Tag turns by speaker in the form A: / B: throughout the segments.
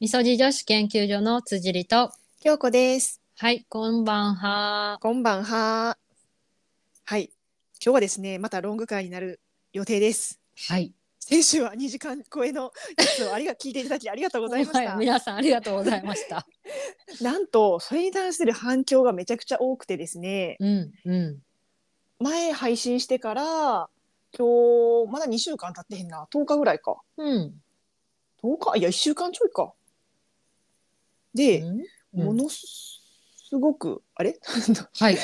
A: みそじ女子研究所の辻里と。
B: 京子です。
A: はい、こんばんは。
B: こんばんは。はい。今日はですね、またロング会になる予定です。
A: はい。
B: 先週は2時間超えのやつをありが聞いていただきありがとうございまし
A: は
B: た。
A: 皆さんありがとうございま した。
B: なんとそれに対する反響がめちゃくちゃ多くてですね、
A: うん、う
B: 前配信してから今日まだ2週間経ってへんな、10日ぐらいか。
A: ん。うん。
B: 10日いや1週間ちょいか。で、
A: うん
B: ものすごくあれ
A: はい。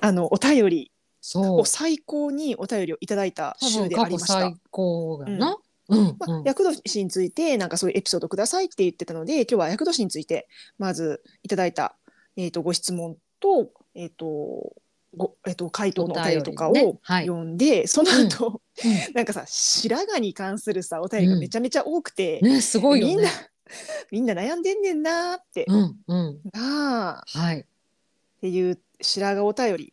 B: あのお便り
A: そう
B: を。最高にお便りをいただいた
A: 多
B: 週
A: 分
B: であ
A: 過去
B: りました
A: 最。高やな。うん。
B: まあ、厄年についてなんかそういうエピソードくださいって言ってたので今日は厄年についてまずいただいた、えー、とご質問と,、えーとごえー、と回答のお便りとか
A: お
B: を
A: 便りねはい
B: 読んで、その後、
A: うんう
B: なんかさ白髪に関するさお便りがめちゃめちゃ多くて、
A: ね、すごい
B: み
A: よ
B: んな
A: ね。
B: みんな悩んでんねんなーって、
A: うん、うん。
B: なあっ
A: はい。
B: ていう白髪お便り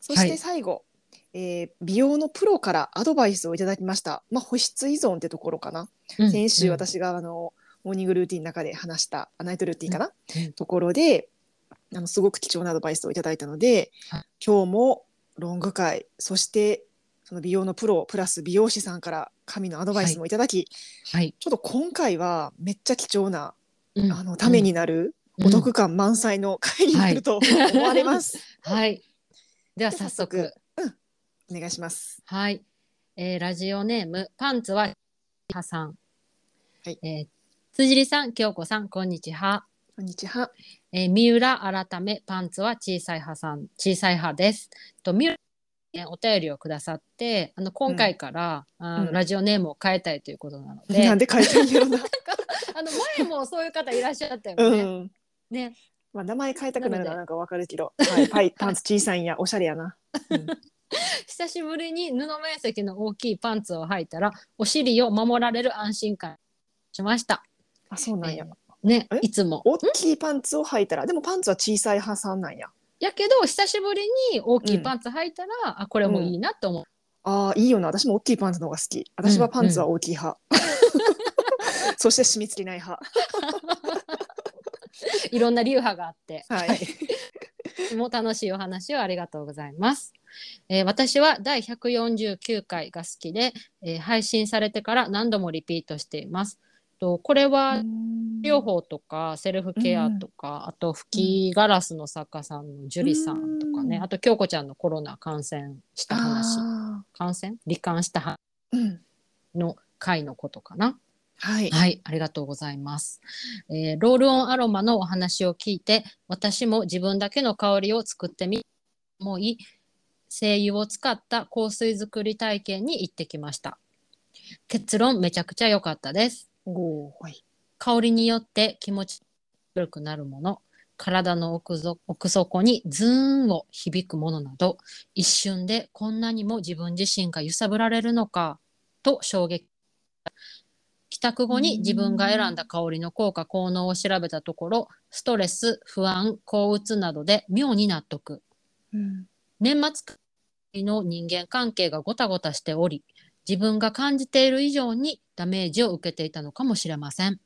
B: そし
A: は
B: て
A: い
B: 最後、えー美容のプロからアドバイスをいただきました、まあ、保湿依存ってところかな。
A: うん
B: 先週。私があのモーニングルーティンの中で話したあナイトルーティンかな、
A: うん
B: ところであのすごく貴重なアドバイスをいただいたので、
A: はい
B: 今日もロング会そしてその美容のプロプラス美容師さんから神のアドバイスもいただき、
A: はい。
B: ちょっと今回はめっちゃ貴重な、
A: うん
B: あのためになる、お得感満載の会になると
A: い
B: 思われます。
A: うんはい。では
B: で
A: 早
B: は
A: 速。
B: お願いします。
A: はい、えー、ラジオネームパンツははさん、
B: はい
A: えー辻里さん京子さんこんにちは、
B: こんにちは。
A: えー、三浦改めパンツは小さい派さん小さい派ですと三浦ねお便りをくださってあの今回から、あの
B: うん
A: ラジオネームを変えたいということなので、
B: なんで書いてん やろな。
A: あの前もそういう方いらっしゃったよ
B: う
A: ね。
B: ん。
A: ね
B: まあ名前変えたくな
A: な
B: るの
A: の
B: は
A: で
B: なんかわかるけど、はい、パイパンツ小さいんやおしゃれやな。うん
A: 久しぶりに布面積の大きいパンツを履いたらお尻を守られる安心感しました。
B: あそうなんや
A: え。ね
B: え
A: いつも
B: 大きいパンツを履いたらでもパンツは小さい派さんなんや
A: やけど久しぶりに大きいパンツ履いたら、あこれもいいなと思う、
B: あーいいよな私も大きいパンツの方が好き私はパンツは大きい 派、そして締め付けない派
A: いろんな流派があって
B: はい
A: もう楽しいお話をありがとうございます、えー私は第149回が好きで、えー配信されてから何度もリピートしていますとこれは療法とかセルフケアとか、あと吹きガラスの作家さんの樹里さんとかね、
B: うん
A: あと京子ちゃんのコロナ感染した話
B: あ
A: 感染罹患した話
B: ーうん
A: の回のことかな
B: はい
A: はい、ありがとうございます、えーロールオンアロマのお話を聞いて、私も自分だけの香りを作ってみ、思い、精油を使った香水作り体験に行ってきました。結論めちゃくちゃ良かったです。
B: おーはい
A: 香りによって気持ちよくなるもの、体の奥ぞ奥底にズーンを響くものなど、一瞬でこんなにも自分自身が揺さぶられるのかと衝撃。帰宅後に自分が選んだ香りの効果効能を調べたところ、ストレス、不安、抗うつなどで妙に納得。
B: うん
A: 年末の人間関係がごたごたしており自分が感じている以上にダメージを受けていたのかもしれません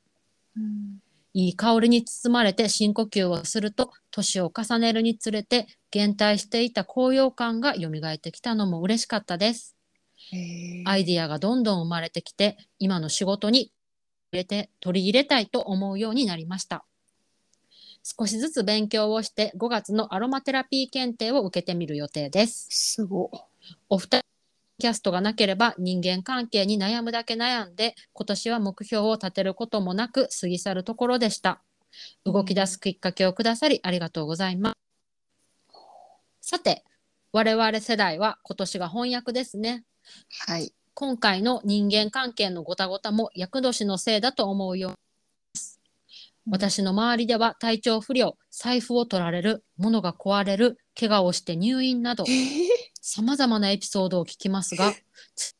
B: うん
A: いい香りに包まれて深呼吸をすると年を重ねるにつれて減退していた高揚感が蘇ってきたのも嬉しかったです
B: へー
A: アイディアがどんどん生まれてきて今の仕事に入れて取り入れたいと思うようになりました少しずつ勉強をして5月のアロマテラピー検定を受けてみる予定です
B: すご
A: お二人のキャストがなければ人間関係に悩むだけ悩んで今年は目標を立てることもなく過ぎ去るところでした動き出すきっかけをくださりありがとうございますさて我々世代は今年が翻訳ですね
B: はい
A: 今回の人間関係のごたごたも厄年のせいだと思うようです私の周りでは体調不良財布を取られる物が壊れる怪我をして入院など
B: えー
A: さまざまなエピソードを聞きますが、つ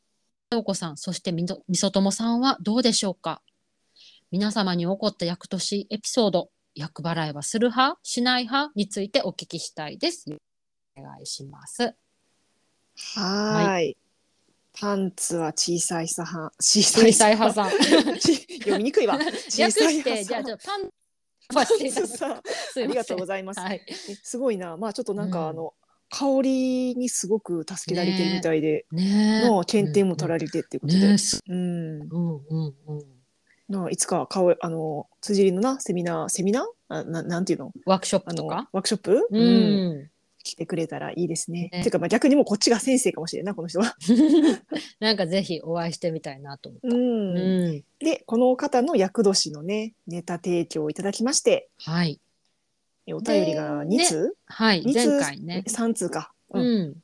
A: ようこさん、そしてみのみそともさんはどうでしょうか皆様に起こった厄年エピソード、厄払いはする派、しない派についてお聞きしたいです。お願いします。
B: はーいパンツは小さいさは小さ
A: 小
B: い
A: さい派
B: さ
A: さん。
B: ち 読みにくいわ。小
A: 略
B: さい
A: して、じゃあ、
B: さ
A: じゃあ、パン。パンして
B: パンツさ
A: す
B: あ
A: い
B: り
A: ま
B: が
A: せ
B: と
A: ん
B: うご。ざいます。
A: はい。
B: えすごいな。まあちょっとなんか、
A: うん
B: あの香りにすごく助けられてるみたいで、
A: ねえ。
B: の検定も取られてっていうことで。
A: ねえ、す
B: うん。
A: うんうんうん。
B: のいつか顔あの辻りのなセミナーセミナーあななんていうの
A: ワークショッ
B: あ
A: プ
B: の
A: と
B: ワ
A: か。
B: ークショップ、
A: う
B: うん
A: ん。
B: 来てくれたらいいですね。
A: ね
B: ていうかまあ逆にもうこっちが先生かもしれんないこの人は。
A: なんかぜひお会いしてみたいなと思っ
B: う
A: た。
B: ん
A: うん。
B: でこの方の厄年のねネタ提供をいただきまして
A: はい。
B: えお便りが2通、
A: はい。
B: 二通
A: 前回ね。
B: 3通か、うん
A: うん。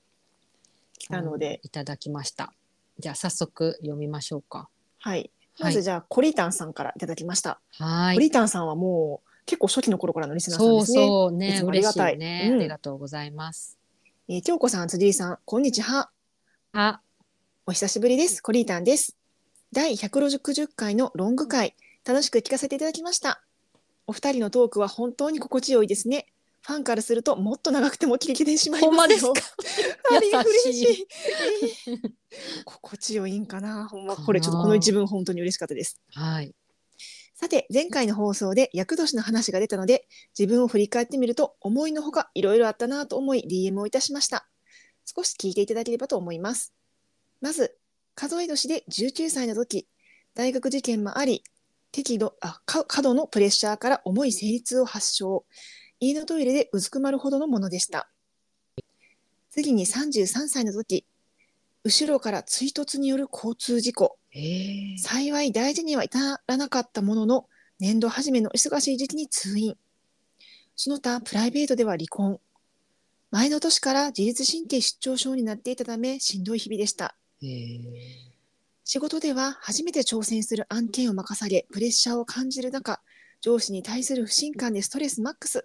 B: 来たので、
A: いただきました。じゃあ早速読みましょうか。
B: はい、
A: は
B: まず
A: い。
B: じゃあコリタンさんからいただきました。
A: は
B: コ
A: い。
B: リタンさんはもう結構初期の頃からのリスナーさん
A: そ
B: で
A: う
B: すね。
A: そう
B: い
A: ね、
B: つもあり
A: 嬉
B: が
A: しい
B: たい
A: ね、
B: うん
A: ありがとうございます。
B: えー京子さん辻井さんこんにちは。
A: あ、
B: お久しぶりです。コリータンです。第160回のロング回、楽しく聞かせていただきました。お二人のトークは本当に心地よいですね。ファンからするともっと長くても聞き切れてしまいますよ。
A: ほんまですか
B: あり
A: 優しい
B: 嬉しい。えー心地よいんかな。ほんま、これちょっとこの一文本当に嬉しかったです。
A: はい。
B: さて、前回の放送で厄年の話が出たので、自分を振り返ってみると、思いのほかいろいろあったなと思い DM をいたしました。少し聞いていただければと思います。まず、数え年で19歳の時、大学受験もあり、適度あか過度のプレッシャーから重い生理痛を発症。家のトイレでうずくまるほどのものでした。次に33歳の時、後ろから追突による交通事故。
A: ええ
B: 幸い大事には至らなかったものの年度初めの忙しい時期に通院その他プライベートでは離婚前の年から自律神経失調症になっていたためしんどい日々でした
A: え
B: 仕事では初めて挑戦する案件を任されプレッシャーを感じる中上司に対する不信感でストレスマックス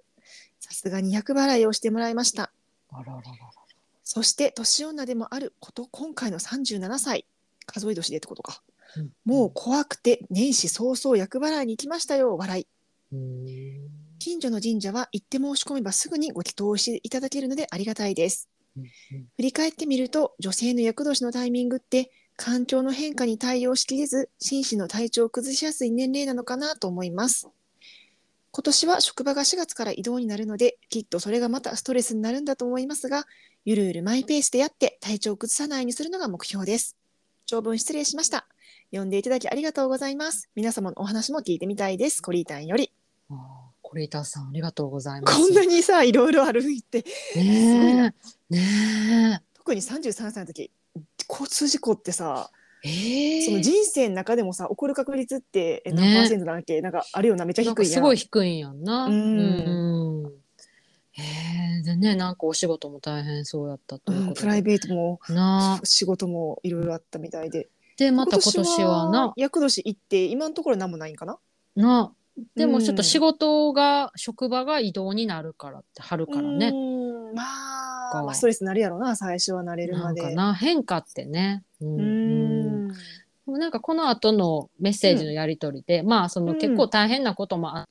B: さすがに厄払いをしてもらいました
A: あらららら。
B: そして年女でもあること今回の37歳数え年でってことか、
A: うん
B: もう怖くて年始早々厄払いに行きましたよ笑い
A: うん。
B: 近所の神社は行って申し込めばすぐにご祈祷していただけるのでありがたいです振り返ってみると女性の厄年のタイミングって環境の変化に対応しきれず心身の体調を崩しやすい年齢なのかなと思います今年は職場が4月から移動になるのできっとそれがまたストレスになるんだと思いますがゆるゆるマイペースでやって体調を崩さないようにするのが目標です長文失礼しました読んでいただきありがとうございます皆様のお話も聞いてみたいですコリータンより
A: ああ、コレーターさんありがとうございます。
B: こんなにさいろいろあるってすごい
A: ね
B: な
A: え、ね
B: 特に33歳の時交通事故ってさ
A: え、ええ
B: その人生の中でもさ起こる確率ってえ何
A: ね
B: パーセントだっけ、なんかあるよなめっちゃ
A: なん
B: 低
A: か
B: いや
A: す
B: ん
A: ごい低いんやんな。
B: うん
A: うんへえ、でね、なんかお仕事も大変そうやったと
B: う
A: いうこ
B: ん、
A: とで。
B: プライベートも
A: なあ。
B: 仕事もいろいろあったみたいで
A: で、また今年はな、
B: 厄年行って今のところ何もないんかな
A: なあ。でもちょっと仕
B: 事
A: 事が、職場が移動になるからって春からね、
B: ま
A: か
B: あ、まあストレスになるやろな最初は慣れる
A: な
B: ま
A: ん
B: で
A: かな変化ってね、うん
B: う
A: うん
B: ん
A: でもなんかこの後のメッセージのやり取りで、まあその
B: うん
A: 結構大変なこともあっ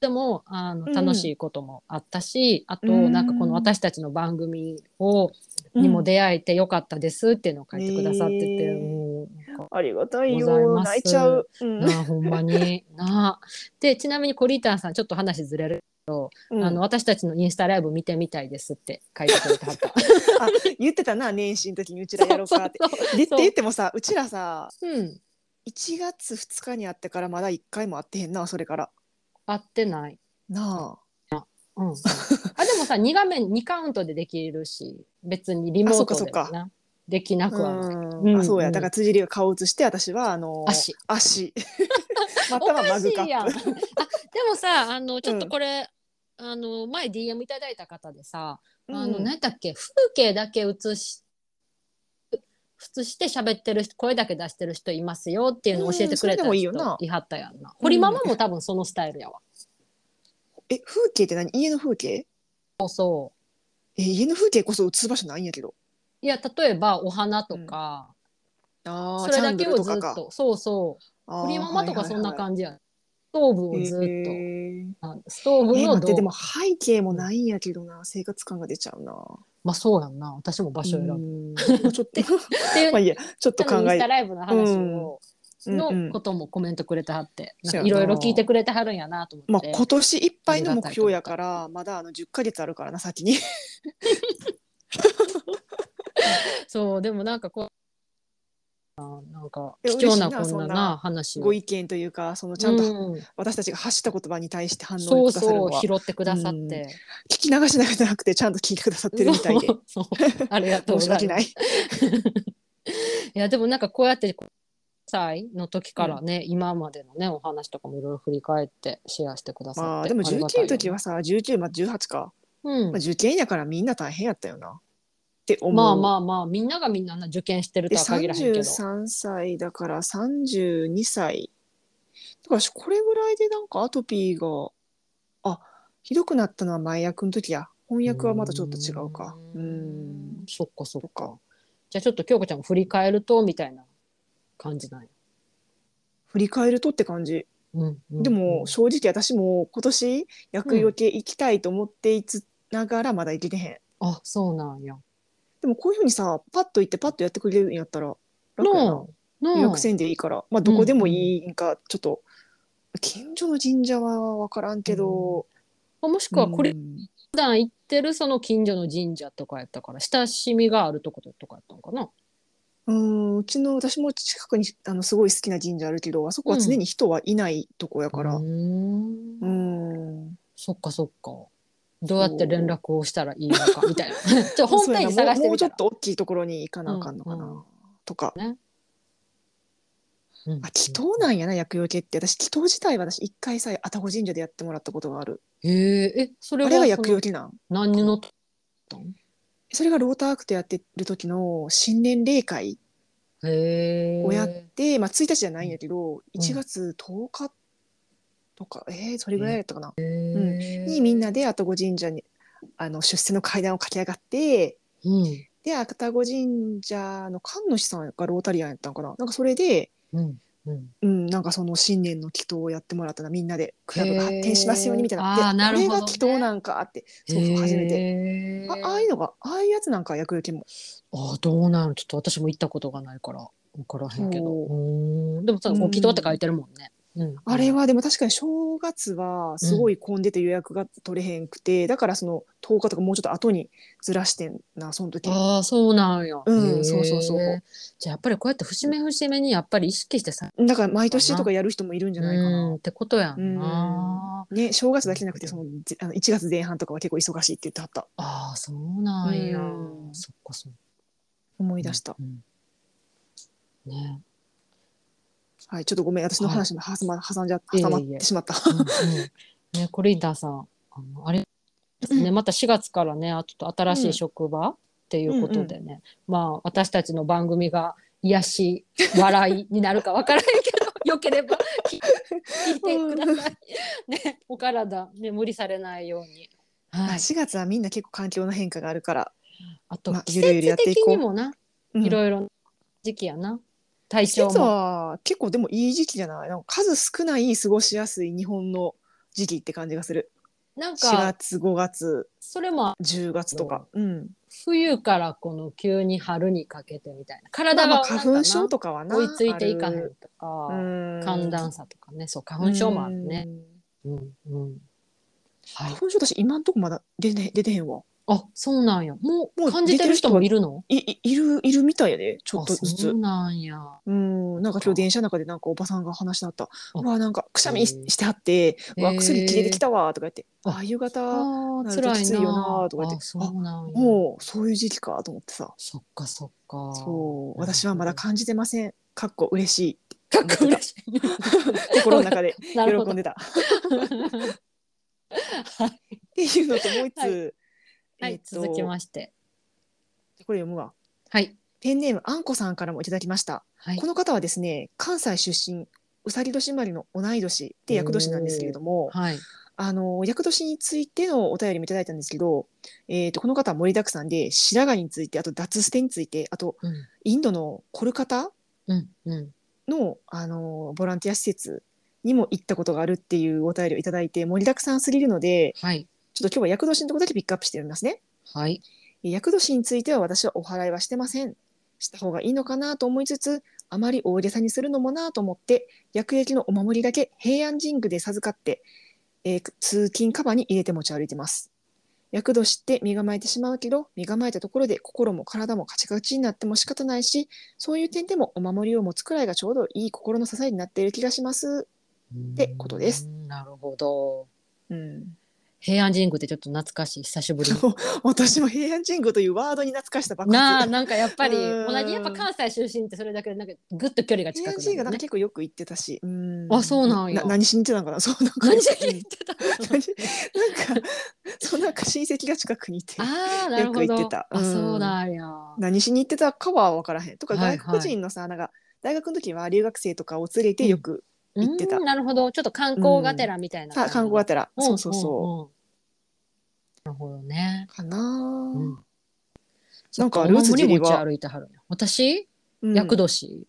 A: ても、あ
B: う
A: の
B: ん
A: 楽しいこともあったし、あと
B: うん
A: なんかこの私たちの番組を、にも出会えてよかったですっていうのを書いてくださってて、
B: ねえ
A: もう
B: ありがたい
A: ござい
B: よ
A: ます
B: 泣いちゃう、うん
A: なあほんまになあでちなみにコリータンさんちょっと話ずれる、
B: うん
A: あの私たちのインスタライブ見てみたいですって書いてくれて はった
B: あ言ってたな年始の時にうちらやろうかって
A: そうそうそう
B: でって言ってもさうちらさ
A: うん
B: 1月2日に会ってからまだ1回も会ってへんなそれから
A: 合ってない、
B: なあ
A: うん、あでもさ2画面2カウントでできるし別にリモートでも
B: あそっかそっ
A: なできなくはない、
B: うん
A: うん
B: あそう
A: う
B: や
A: ん
B: だから辻りが顔写して私はあのー
A: 足
B: 足またはマグカ
A: おかしいやんあ
B: ッ
A: で
B: プ
A: もさあのちょっとこれ、あの前 DM いただいた方でさ、あの
B: うん
A: 何だっけ風景だけ写し写して喋ってる人声だけ出してる人いますよっていうのを教えてくれた
B: うんそれ
A: 人
B: でもいいよない
A: はったやんな堀ママも多分そのスタイルやわ、
B: え風景って何家の風景
A: そうそう
B: え家の風景こそ写す場所ないんやけど
A: いや例えばお花とか、
B: あー
A: それだけを
B: チャ
A: ず
B: ン
A: っ
B: ドル
A: とそうそう
B: あー
A: 堀ママとかそんな
B: はいはいはい
A: 感じやん、トーブをずっと、
B: えー
A: あストーブ
B: えー
A: の
B: 待って
A: 道具、
B: でも背景もないんやけどな生活感が出ちゃうな
A: まあそうやんな私も場所選ぶ、
B: う
A: っ
B: んまあち ょっと
A: ていう
B: まあいいやちょっと
A: 多分
B: 考
A: インス
B: え
A: タライブの話を、
B: うんうんう
A: の
B: ん
A: こともコメントくれてはってなん
B: そう
A: か
B: や
A: い
B: な
A: ろいろ聞いてくれてはるんやなと思
B: ま
A: っ
B: あ
A: て、
B: 今年いっぱいの目標やからまだあの10ヶ月あるからな先に
A: そうでもなんかこうあなんか
B: いや
A: 貴重な
B: 嬉しいな
A: こん
B: そ
A: なんな
B: な
A: 話を
B: ご意見というかそのちゃんと
A: うん
B: 私たちが発した言葉に対して反応
A: そ
B: を
A: う
B: くださるの
A: そう
B: は
A: 拾ってくださって、
B: 聞き流しなじゃなくてちゃんと聞いてくださってるみたいで
A: そうそうありがとう
B: 申
A: ござ
B: し
A: い
B: 訳
A: ま
B: ない
A: すいやでもなんかこうやって歳の時からね、今までのねお話とかもいろいろ振り返ってシェアしてくださって
B: まあでも
A: りがたいよ
B: 19の時はさ19まあ18か、
A: うん
B: まあ、受験やからみんな大変やったよなって思う
A: まあまあまあみんながみんなな受験してる
B: で
A: とは限らへんけど
B: 33歳だから32歳だから私これぐらいでなんかアトピーがあひどくなったのは前役の時や翻訳はまだちょっと違うかう
A: うんんそっかそっ
B: と
A: か
B: か
A: じゃあちょっと京子ちゃんも振り返るとみたいな感じなんや、
B: 振り返るとって感じ
A: うんうん
B: でも正直私も今年役よけ行きたいと思っていつながらまだ行けてへん、
A: あそうなんや
B: でもこういうふうにさパッと行ってパッとやってくれるんやったら楽やな
A: ななあ
B: 予約せんでいいから、まあ、どこでもいいんかちょっと近所の神社は分からんけど、
A: あもしくはこれ
B: う
A: 普
B: ん
A: 段行ってるその近所の神社とかやったから親しみがあるとことかやったのかな
B: うんうちの私も近くにあのすごい好きな神社あるけどあそこは常に人はいないとこやから
A: うー
B: うんん、
A: そっかそっかどうやって連絡をしたらいいのかみたいな ちょホームページ
B: そうや
A: 探
B: な
A: して
B: もうもう
A: み
B: ち
A: た
B: ょっ
A: ら
B: と大きいところに行かなあかんのかな、
A: うんう
B: とか
A: うんうん
B: あ祈祷なんやな薬用系って私祈祷自体は私一回さ愛宕神社でやってもらったことがある
A: へええそれ
B: あれ
A: は
B: は
A: そ
B: 薬
A: の
B: 用系なん
A: 何のと
B: それがローターアクトやってる時の新年礼会
A: へえ
B: をやって、まあ、1日じゃないんやけど1月10日とか、えー、それぐらいやったかな、
A: うん
B: にみんなで愛宕神社にあの出世の階段を駆け上がって
A: うん
B: で愛宕神社の神主さんがロータリアンやったんかななんかそれで、
A: うんうん
B: うん、なんかその新年の祈祷をやってもらったなみんなでクラブが発展しますようにみたい
A: へーあ
B: な
A: ーな
B: で
A: るほどね
B: これが祈祷なんかってそうそう初めて。
A: て
B: あああいうのがああいうやつなんか厄除けも
A: あどうなるちょっと私も行ったことがないから分からへんけど
B: そう
A: うーんでもさ「
B: うん
A: ご祈祷」って書いてるもんね、うん、
B: あれはでも確かに正月はすごい混んでて予約が取れへんくて、だからその10日とかもうちょっと後にずらしてんなその時
A: ああそうなんや
B: うん
A: へー
B: そうそうそう
A: じゃあやっぱりこうやって節目節目にやっぱり意識してさ
B: だから毎年とかやる人もいるんじゃないか
A: うん
B: な
A: っ、てことやんな、
B: ね正月だけじゃなくてそのじあの1月前半とかは結構忙しいって言ってはった
A: ああそうなんや、
B: うん
A: そっかそっか
B: 思い出した、
A: うんね
B: はいちょっとごめん私の話も挟ま,、挟んじゃ
A: いえいえ
B: 挟まってしまった、
A: うんうんね、コリーダーさん、あのあれですね、また4月からね、あちょっと新しい職場、っていうことでね、まあ私たちの番組が癒し笑いになるかわからない けど、よければ聞い聞いてください。ね、お体ね無理されないように。はい。
B: 4月はみんな結構環境の変化があるから、
A: あと、
B: まあ
A: 季
B: ゆるゆるや
A: 節
B: ってい
A: 的
B: こ
A: に
B: う
A: もな、
B: うん
A: いろいろな時期やな。体
B: 季
A: 調
B: 節
A: も。
B: は結構でもいい時期じゃないなんか数少ない過ごしやすい日本の時期って感じがする
A: なん
B: 4
A: か
B: 月5月
A: それも
B: 10月とか、うん、
A: 冬からこの急に春にかけてみたいな。体
B: まあ
A: が
B: ま
A: な
B: あ
A: んか
B: 花粉症
A: な
B: とかはな
A: 追いついていかへんとか、
B: あるうん
A: 寒暖差とかねそう花粉症もあるね。うんうんはい
B: 花、粉症私今んとこまだ出て出てへんわ
A: あそうなんやも
B: も
A: う
B: う
A: 感じてる人もいるの
B: いいいるいるみたいやでちょっとず
A: あそ
B: つ
A: うなんやあ
B: うんなんか今日電車の中でなんかおばさんが話しなったうわなんかくしゃみ
A: へ
B: し
A: ー
B: してはってうわ
A: へー
B: 薬切れてきたわとか言って
A: あ
B: ああ夕方
A: ー
B: な
A: 辛
B: るときついよ
A: いな
B: なとか言って
A: あそうなんや
B: もうそういう時期かと思ってさ
A: そっかそっか
B: そう私はまだ感じてませんかっこ嬉し
A: かっこ嬉しい
B: い心の中で
A: なるほ
B: 喜
A: ど
B: んでた
A: はい
B: っていうのともう一つ、
A: はい
B: えーと
A: 続きまして
B: これ読むわ
A: はい
B: ペンネームあんこさんからもいただきました
A: はい
B: この方はですね関西出身うさぎ年生まれの同い年で厄年なんですけれども
A: はい
B: あの厄年についてのお便りもいただいたんですけど、えー、とこの方は盛りだくさんで白髪についてあと脱ステについてあと
A: うん
B: インドのコルカタ
A: うんうん
B: の、あのボランティア施設にも行ったことがあるっていうお便りをいただいて盛りだくさんすぎるので
A: はい。
B: ちょっと今日は厄年のところだけピックアップしてみますね。
A: はい。
B: 厄年については私はお祓いはしてません。した方がいいのかなと思いつつあまり大げさにするのもなと思って薬液のお守りだけ平安神宮で授かって、えー通勤カバンに入れて持ち歩いてます。厄年って身構えてしまうけど身構えたところで心も体もカチカチになっても仕方ないしそういう点でもお守りを持つくらいがちょうどいい心の支えになっている気がします。ってことです
A: うん。なるほど。
B: うん、
A: 平安神宮ってちょっと懐かしい久しぶりに。
B: 私も平安神宮というワードに懐かしたばっ
A: な
B: か
A: あなんかやっぱり
B: うん
A: 同じやっぱ関西出身ってそれだけでなんかぐっと距離が
B: 平
A: 近
B: 安
A: く
B: 神宮
A: な
B: な
A: んるね。
B: か結構よく行ってたし、うん
A: あそうなんや
B: 何しに行ってたんかな、 そうなんか。
A: 何しに行 ってた
B: 何なんか、 そうなんか親戚が近くにいて、
A: ああなるほど。
B: よく行ってた
A: あ
B: うん
A: そうなんや。
B: 何しに行ってたかは分からへん。とか、
A: はいはい
B: 外国人のさ、なんか、大学の時は留学生とかを連れてよく、行ってた
A: うんなるほど。ちょっと観光がてらみたいな
B: さ
A: 感じ。
B: 観光がてら、
A: うん
B: そうそうそう。
A: うんうん。なるほどね。
B: かな
A: う
B: ぁ
A: ん。
B: なんかルーツジ
A: に
B: リ
A: 持ち
B: は、
A: 歩いてはるんや。私
B: うん
A: 厄、年。
B: うん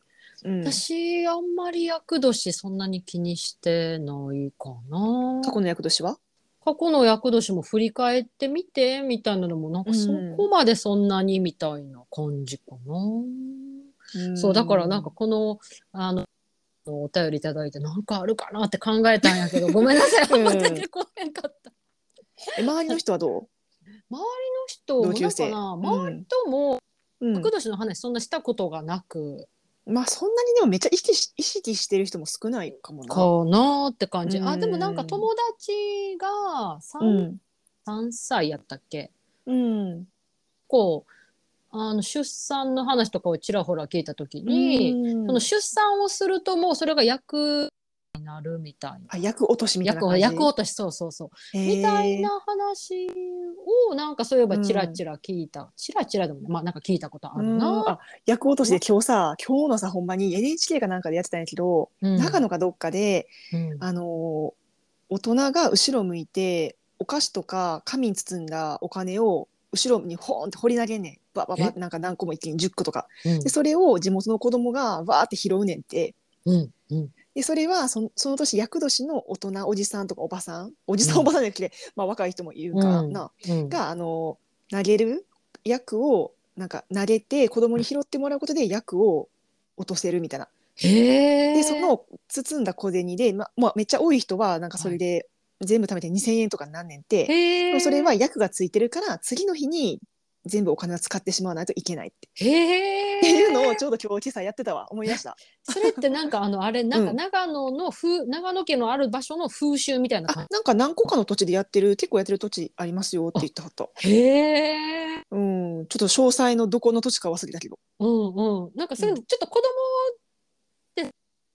A: 私あんまり厄年そんなに気にしてないかな。
B: 過去の厄年は
A: 過去の厄年も振り返ってみてみたいなのもなん
B: う
A: か
B: ん
A: そこまでそんなにみたいな感じかな、そうだからなんか、このあのお便りいただいてなんかあるかなって考えたんやけどごめんなさい あんま出てこへんかった、
B: え周りの人はどう
A: 周り
B: 同
A: の人も
B: 級
A: だか
B: 生。
A: ら
B: う
A: 周り
B: ん
A: とも
B: うん
A: 厄年の話そんなしたことがなく
B: まあそんなにでもめっちゃ意識し意識してる人も少ないかもな。
A: かなって感じ、あ
B: うん
A: でもなんか友達が 3,、
B: うん。
A: 3歳やったっけ
B: うん。
A: こうあの出産の話とかをちらほら聞いた時に、
B: うん
A: その出産をするともうそれが役になるみたいな
B: あ役落としみたいな
A: 役を
B: 感じ
A: 役落としそうそうそう、みたいな話をなんかそういえばちらちら聞いた、ちらちらでもまあなんか聞いたことあ
B: う
A: る
B: ん
A: な、
B: あ役落としで今日さ今日のさほんまに NHK かなんかでやってたんやけど、
A: うん
B: 長野かどっかで、
A: うん
B: あのー大人が後ろ向いてお菓子とか紙に包んだお金を後ろにほーんって掘り投げんねんばばばなんか何個も一気に10個とか
A: うん
B: でそれを地元の子供がわーって拾うねんって
A: うんうん
B: でそれはそのその年厄年の大人おじさんとかおばさんおじさん、
A: うん
B: おばさんじゃなくて、まあ、若い人もいるから
A: うん
B: な、
A: うん
B: があの投げる役をなんか投げて子供に拾ってもらうことで役を落とせるみたいな。
A: へ
B: で
A: え
B: その包んだ小銭で、ままあ、めっちゃ多い人はなんかそれで全部貯めて2,000円とかになんねんて、
A: へ
B: で
A: え
B: もそれは役がついてるから次の日に全部お金を使ってしまわないといけないって,、
A: へ
B: っていう
A: え
B: のをちょうど今日今朝やってたわ思い出 した。
A: それってなんかあのあれなんか
B: うん
A: 長野の風、長野県のある場所の風習みたいな
B: あ
A: 感
B: なんか何個かの土地でやってる結構やってる土地ありますよって言ったこと
A: じへえ
B: うんちょっと詳細のどこの土地か忘れたけど。
A: うんうん、なんかそれ
B: うん
A: ちょっと子供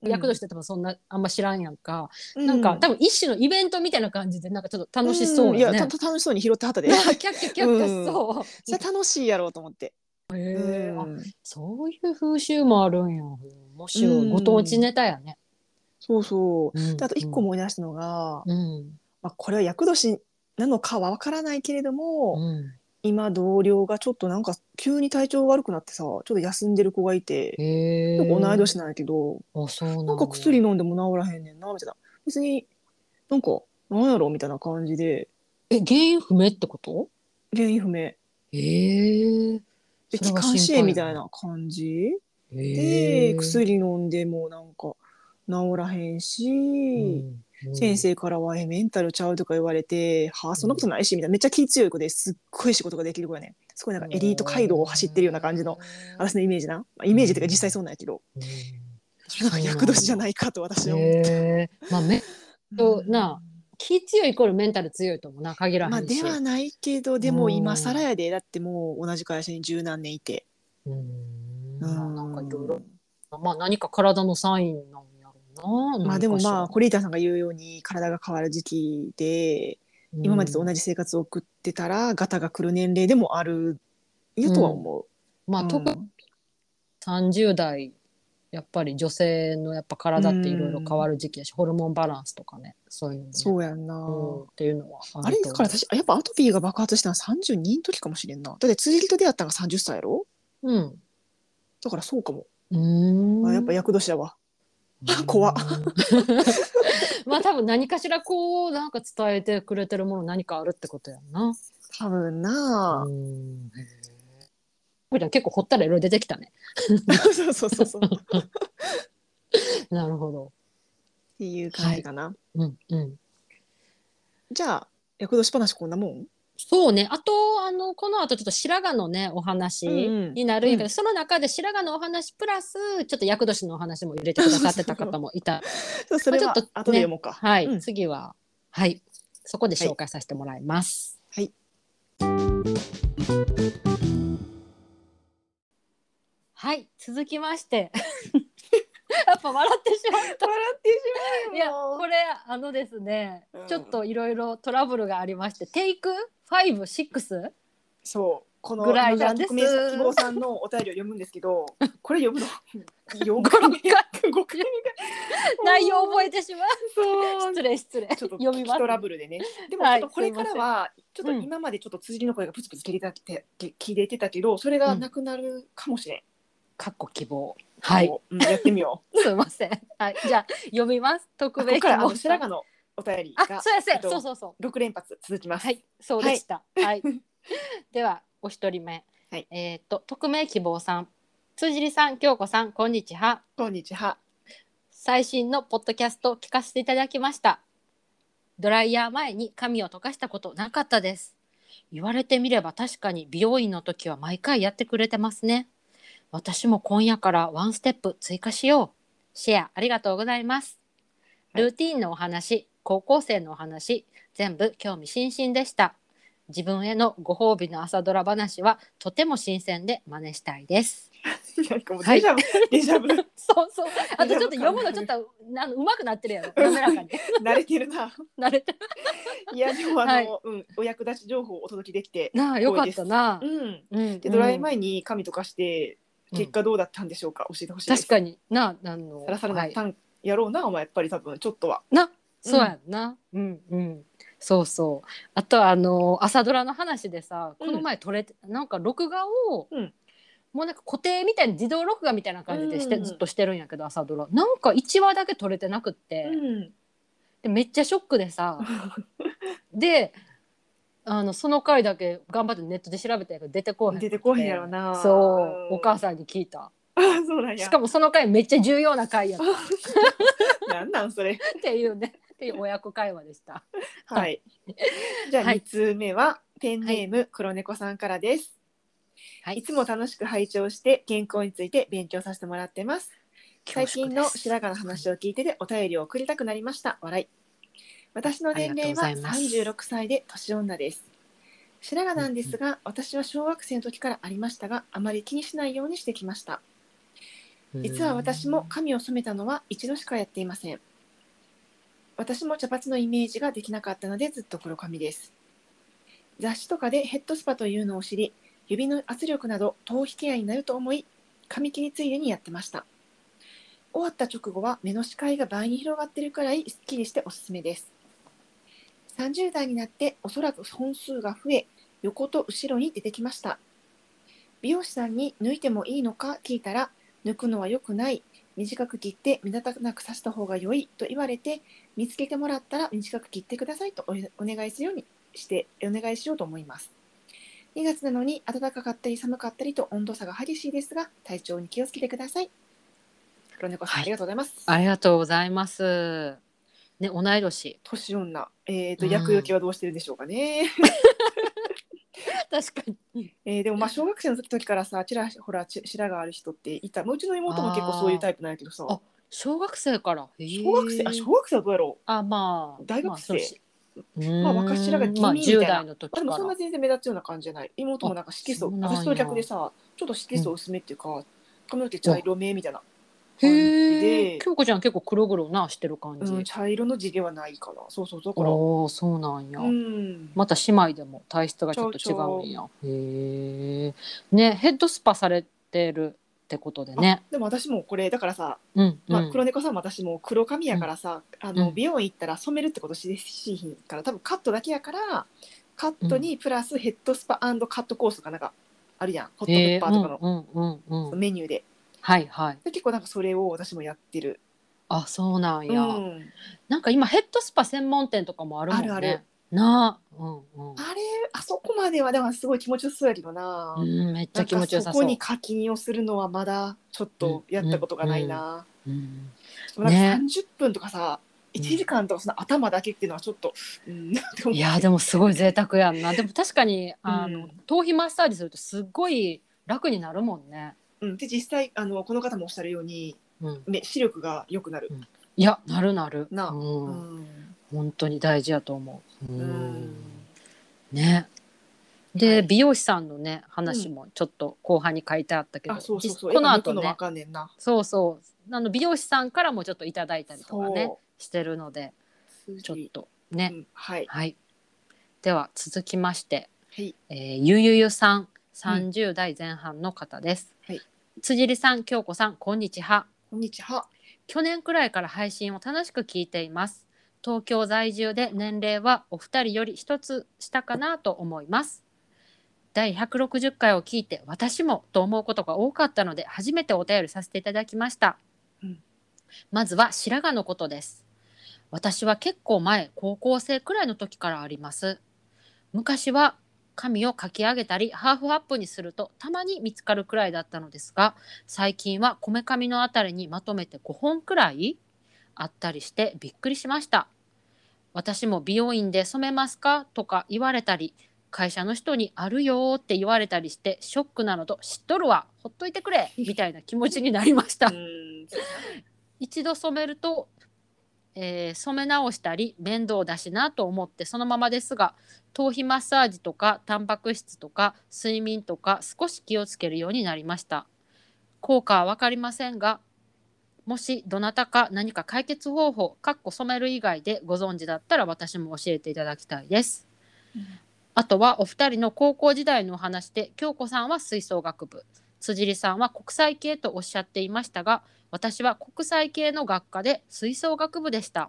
B: うん
A: 役として多分そんな、あんま知らんやんか、
B: う
A: なんか多分一種のイベントみたいな感じでなんかちょっと楽しそ
B: ん
A: う
B: い
A: や
B: や
A: ね、
B: た楽しそうに拾ってはっ たで
A: なんかキャッキャキャッキャしそう、
B: それ楽しいやろうと思って。
A: へ
B: う
A: えあ
B: ん
A: そういう風習もあるんや面白い、
B: うん
A: ご当地ネタやね、
B: そうそう。
A: うん
B: であと一個、思い出したのが、
A: うん
B: まあ、これは厄年なのかはわからないけれど
A: う
B: も、
A: ん、
B: 今同僚がちょっとなんか急に体調悪くなってさちょっと休んでる子がいて、
A: へえ
B: なんか同い年なんやけど
A: あそうなんや
B: なんか薬飲んでも治らへんねんなみたいな別になんかなんやろみたいな感じで
A: え原因不明ってこと
B: 原因不明
A: へえ
B: で
A: それ
B: 気
A: は
B: 管支
A: 心配や
B: 炎
A: な
B: みたいな感じ
A: へ
B: で
A: え
B: 薬飲んでもなんか治らへんし、
A: うんうん
B: 先生からは「えメンタルちゃう」とか言われて「はあそんなことないし」みたいなめっちゃ気強い子ですっごい仕事ができる子やねんすごいなんかエリート街道を走ってるような感じの私のイメージな、まあイメージっていうか実際そうなんやけど
A: うん
B: それが厄年じゃないかと私は思う、
A: へえまあめそう
B: うん
A: な気強いイコールメンタル強いともな限ら
B: ま
A: へ
B: あ
A: んし、
B: ではないけどでも今更やでだってもう同じ会社に十何年いて、
A: うーんまあなんかいろい
B: うん
A: ろまあ何か体のサインなんやろうな
B: まあでもまあ
A: こ
B: コリータさんが言うように体が変わる時期で
A: れ
B: 今までと同じ生活を送ってたら、ガタが来る年齢でもあるよとは思う。
A: まあ
B: うん
A: 特に30代やっぱり女性のやっぱ体っていろいろ変わる時期やし、ホルモンバランスとかねそういうのね
B: そうやんな。
A: うんっていうのは
B: あれだから私やっぱアトピーが爆発したの32の時かもしれんな。だって辻りと出会ったのが30歳やろ
A: うん
B: だからそうかも。
A: うーん
B: あやっぱ厄年だわ。あ怖っ
A: うん まあ多分何かしらこうなんか伝えてくれてるもの何かあるってことやんな。
B: 多分な
A: うんへえこれじゃん結構掘ったらいろいろ出てきたね。
B: あ そうそうそうそうっ
A: なるほど。
B: ていう感じかな、
A: うんうん。
B: じゃあ厄年話こんなもん
A: そうね。あと、あの、この後ちょっと白髪のね、お話
B: うんうん
A: になるんやけど、
B: うん
A: その中で白髪のお話プラス、ちょっと厄年のお話も入れてくださってた方もいた。
B: そうそれ
A: まあ
B: は
A: ちょっとね
B: 後で読もうか、
A: はい、
B: うん
A: 次は、はい、そこで紹介させてもらいます。
B: はい。
A: はい、続きまして。 やっぱ笑ってしまう。
B: 笑ってしまう
A: いや、
B: よ
A: これ、あのですね、
B: うん
A: ちょっといろいろトラブルがありまして、テイク5、6?
B: そうこの
A: ぐらい
B: 今か
A: な
B: ら
A: んです
B: 匿名希望さんのお便りを読むんですけど これ読むの
A: 5
B: 4
A: 回
B: 回目5回目が
A: 内容覚えてしまう。
B: そう
A: 失礼、失礼。
B: ちょっと
A: 読みます
B: トラブルでね。でもちょ
A: は
B: っ
A: い
B: とこれからは、ちょっと
A: うん
B: 今までちょっと辻の声がプツプツ切れたって、け切れてたけど、それがなくなるかもしれん。
A: かっこ希望。はい。
B: こううんやってみよう。
A: すいません。はい、じゃあ、読みます。
B: こ
A: 特
B: こ
A: 別
B: からあの白髪のお便り
A: あ、
B: が
A: そうやそう
B: え
A: や
B: っ、と
A: そうそうそう。
B: 六連発続きます。
A: はい、そうでした。はい。では、お一人目。
B: はい
A: えーっと、匿名希望さん。辻里さん、京子さん、こんにちは。
B: こんにちは。
A: 最新のポッドキャストを聞かせていただきました。ドライヤー前に髪を溶かしたことなかったです。言われてみれば確かに美容院の時は毎回やってくれてますね。私も今夜からワンステップ追加しよう。シェアありがとうございます。
B: はい
A: ルーティーンのお話、高校生のお話、全部興味津々でした。自分へのご褒美の朝ドラ話はとても新鮮で真似したいです。
B: いやもうデジャブ、デジャブ
A: そう そう。あとちょっと読むのちょっとなうまくなってるやろ。滑らかに。
B: 慣れてるな。
A: 慣れてる。
B: いやでもあの、
A: はい
B: うんお役立ち情報をお届けできて、
A: なあ、よかったな
B: う。ん。
A: うん。
B: でドライ前に紙とかして
A: うん
B: 結果どうだったんでしょうか、教えてほしいです。
A: 確かになあ、あの
B: さらさらな
A: は
B: っ
A: い
B: たんやろうな、お前やっぱり多分ちょっとは。
A: な、そうやんな。うんうん。そうそう。あとあの朝ドラの話でさ、この前撮れてなんか録画を
B: うん
A: もうなんか固定みたいな自動録画みたいな感じでして
B: うん
A: ずっとしてるんやけど朝ドラなんか1話だけ撮れてなくって
B: うん。
A: でめっちゃショックで さであのその回だけ頑張ってネットで調べたんやけど出てこうへんくて
B: 出てこうへんやろな
A: そう、
B: うん
A: お母さんに聞いた
B: あ そうなんや。
A: しかもその回めっちゃ重要な回やっ
B: なんなんそれ。
A: たっていうねっていう親子会話でした
B: はい。じゃあ
A: はい
B: 2通目はペンネーム黒猫さんからです。、
A: はいい
B: つも楽しく拝聴して健康について勉強させてもらってます。最近の白髪の話を聞いててお便りを送りたくなりました。笑い。私の年齢は
A: ありがとうございます
B: 36歳で年女です。白髪なんですが、私は小学生の時からありましたが、あまり気にしないようにしてきました。実は私も髪を染めたのは一度しかやっていません私も茶髪のイメージができなかったのでずっと黒髪です雑誌とかでヘッドスパというのを知り指の圧力など頭皮ケアになると思い髪切りついでにやってました終わった直後は目の視界が倍に広がってるくらいスッキリしておすすめです30代になっておそらく本数が増え横と後ろに出てきました美容師さんに抜いてもいいのか聞いたら抜くのは良くない短く切って目立たなく刺した方が良いと言われて見つけてもらったら短く切ってくださいとおお願いするようにしてお願いしようと思います2月なのに暖かかったり寒かったりと温度差が激しいですが体調に気をつけてください黒猫さん、
A: はい
B: ありがとうございます
A: ありがとうございますね同い年
B: 年女えっ、と
A: うん
B: 厄除けはどうしてるんでしょうかね、
A: 確かに
B: えーでもまあ小学生の時からさちらほらち白がある人っていたまあうちの妹も結構そういうタイプなんやけどさ
A: あ小学生から
B: 小学生あ小学生はどうやろ
A: あまあ
B: 大学生
A: まあそうしうーん
B: まあ若白髪気味
A: まあ
B: みたいな
A: 10代の時
B: うあ
A: か
B: でもそん
A: ら
B: な全然目立つような感じじゃない妹もなんか色素
A: あそうなんや
B: 私と逆でさちょっと色素薄めっていうか、髪の毛茶色めみたいな感じ
A: へえ
B: で、
A: 京子ちゃん結構黒黒なしてる感じ、
B: うん、茶色の地毛はないかなそうそうだから
A: おおそうなんや、
B: うん、
A: また姉妹でも体質がちょっと違うんや。へえ。ね、ヘッドスパされてるってことでね。
B: でも私もこれだからさ、
A: うん、
B: ま
A: う
B: あ、
A: ん
B: 黒猫さんも私も黒髪やからさ、あの
A: うん
B: 美容院行ったら染めるってことししひんから多分カットだけやからカットにプラスヘッドスパカットコースとかなんかあるやんホット
A: へ
B: ペ
A: え
B: ッパーとか
A: うんうんうんう
B: の
A: ん。
B: メニューで
A: はいはい。
B: で結構なんかそれを私もやってる
A: あそうなん
B: う
A: や、
B: ん、
A: なんか今ヘッドスパ専門店とかもあるもんね
B: あるある
A: なあうんうん
B: あれあそこまではだからすごい気持ちよさそうやけどな,、
A: うん、めっち
B: な
A: ゃ
B: ん
A: 気持
B: か
A: ちよ
B: そ
A: さそう。
B: こに課金をするのはまだちょっとやったことがないな、
A: うん
B: なんか
A: ね
B: 30分とかさ1時間とかその頭だけっていうのはちょっと、うん、 なんて思う
A: いやでもすごい贅沢やんな。でも確かにあの、
B: うん
A: 頭皮マッサージするとすっごい楽になるもんね。
B: うん、で実際あのこの方もおっしゃるように、
A: うん、
B: ね、視力が良くなる、
A: いやなるなる。
B: なあ
A: うん
B: うん
A: 本当に大事やと思う。うん
B: うん
A: ね。で、
B: はい
A: 美容師さんのね話もちょっと後半に書いてあったけど、
B: あそうそうそう
A: 実この
B: 絵が抜
A: 後
B: くのわ
A: ね
B: かんねんな、
A: そうそうあの美容師さんからもちょっといただいたりとかねしてるので
B: そう
A: ちょっ
B: 次
A: とね、
B: うん、はい
A: はい。では続きまして、
B: はい
A: えーゆゆゆさん、三十代前半の方です。
B: はい
A: 辻里さん、京子さん、こんにちは。
B: こんにちは
A: 去年くらいから配信を楽しく聞いています。東京在住で年齢はお二人より一つ下かなと思います。第160回を聞いて私もと思うことが多かったので初めてお便りさせていただきました。
B: うん
A: まずは白髪のことです。私は結構前高校生くらいの時からあります。昔は髪をかき上げたりハーフアップにするとたまに見つかるくらいだったのですが最近はこめかみのあたりにまとめて5本くらいあったりしてびっくりしました私も美容院で染めますかとか言われたり会社の人にあるよーって言われたりしてショックなのと知っとるわほっといてくれみたいな気持ちになりました
B: うん
A: 一度染めると、えー染め直したり面倒だしなと思ってそのままですが頭皮マッサージとかタンパク質とか睡眠とか少し気をつけるようになりました効果は分かりませんがもしどなたか何か解決方法かっこ染める以外でご存知だったら私も教えていただきたいです
B: うん
A: あとはお二人の高校時代のお話で京子さんは吹奏楽部辻里さんは国際系とおっしゃっていましたが私は国際系の学科で吹奏楽部でした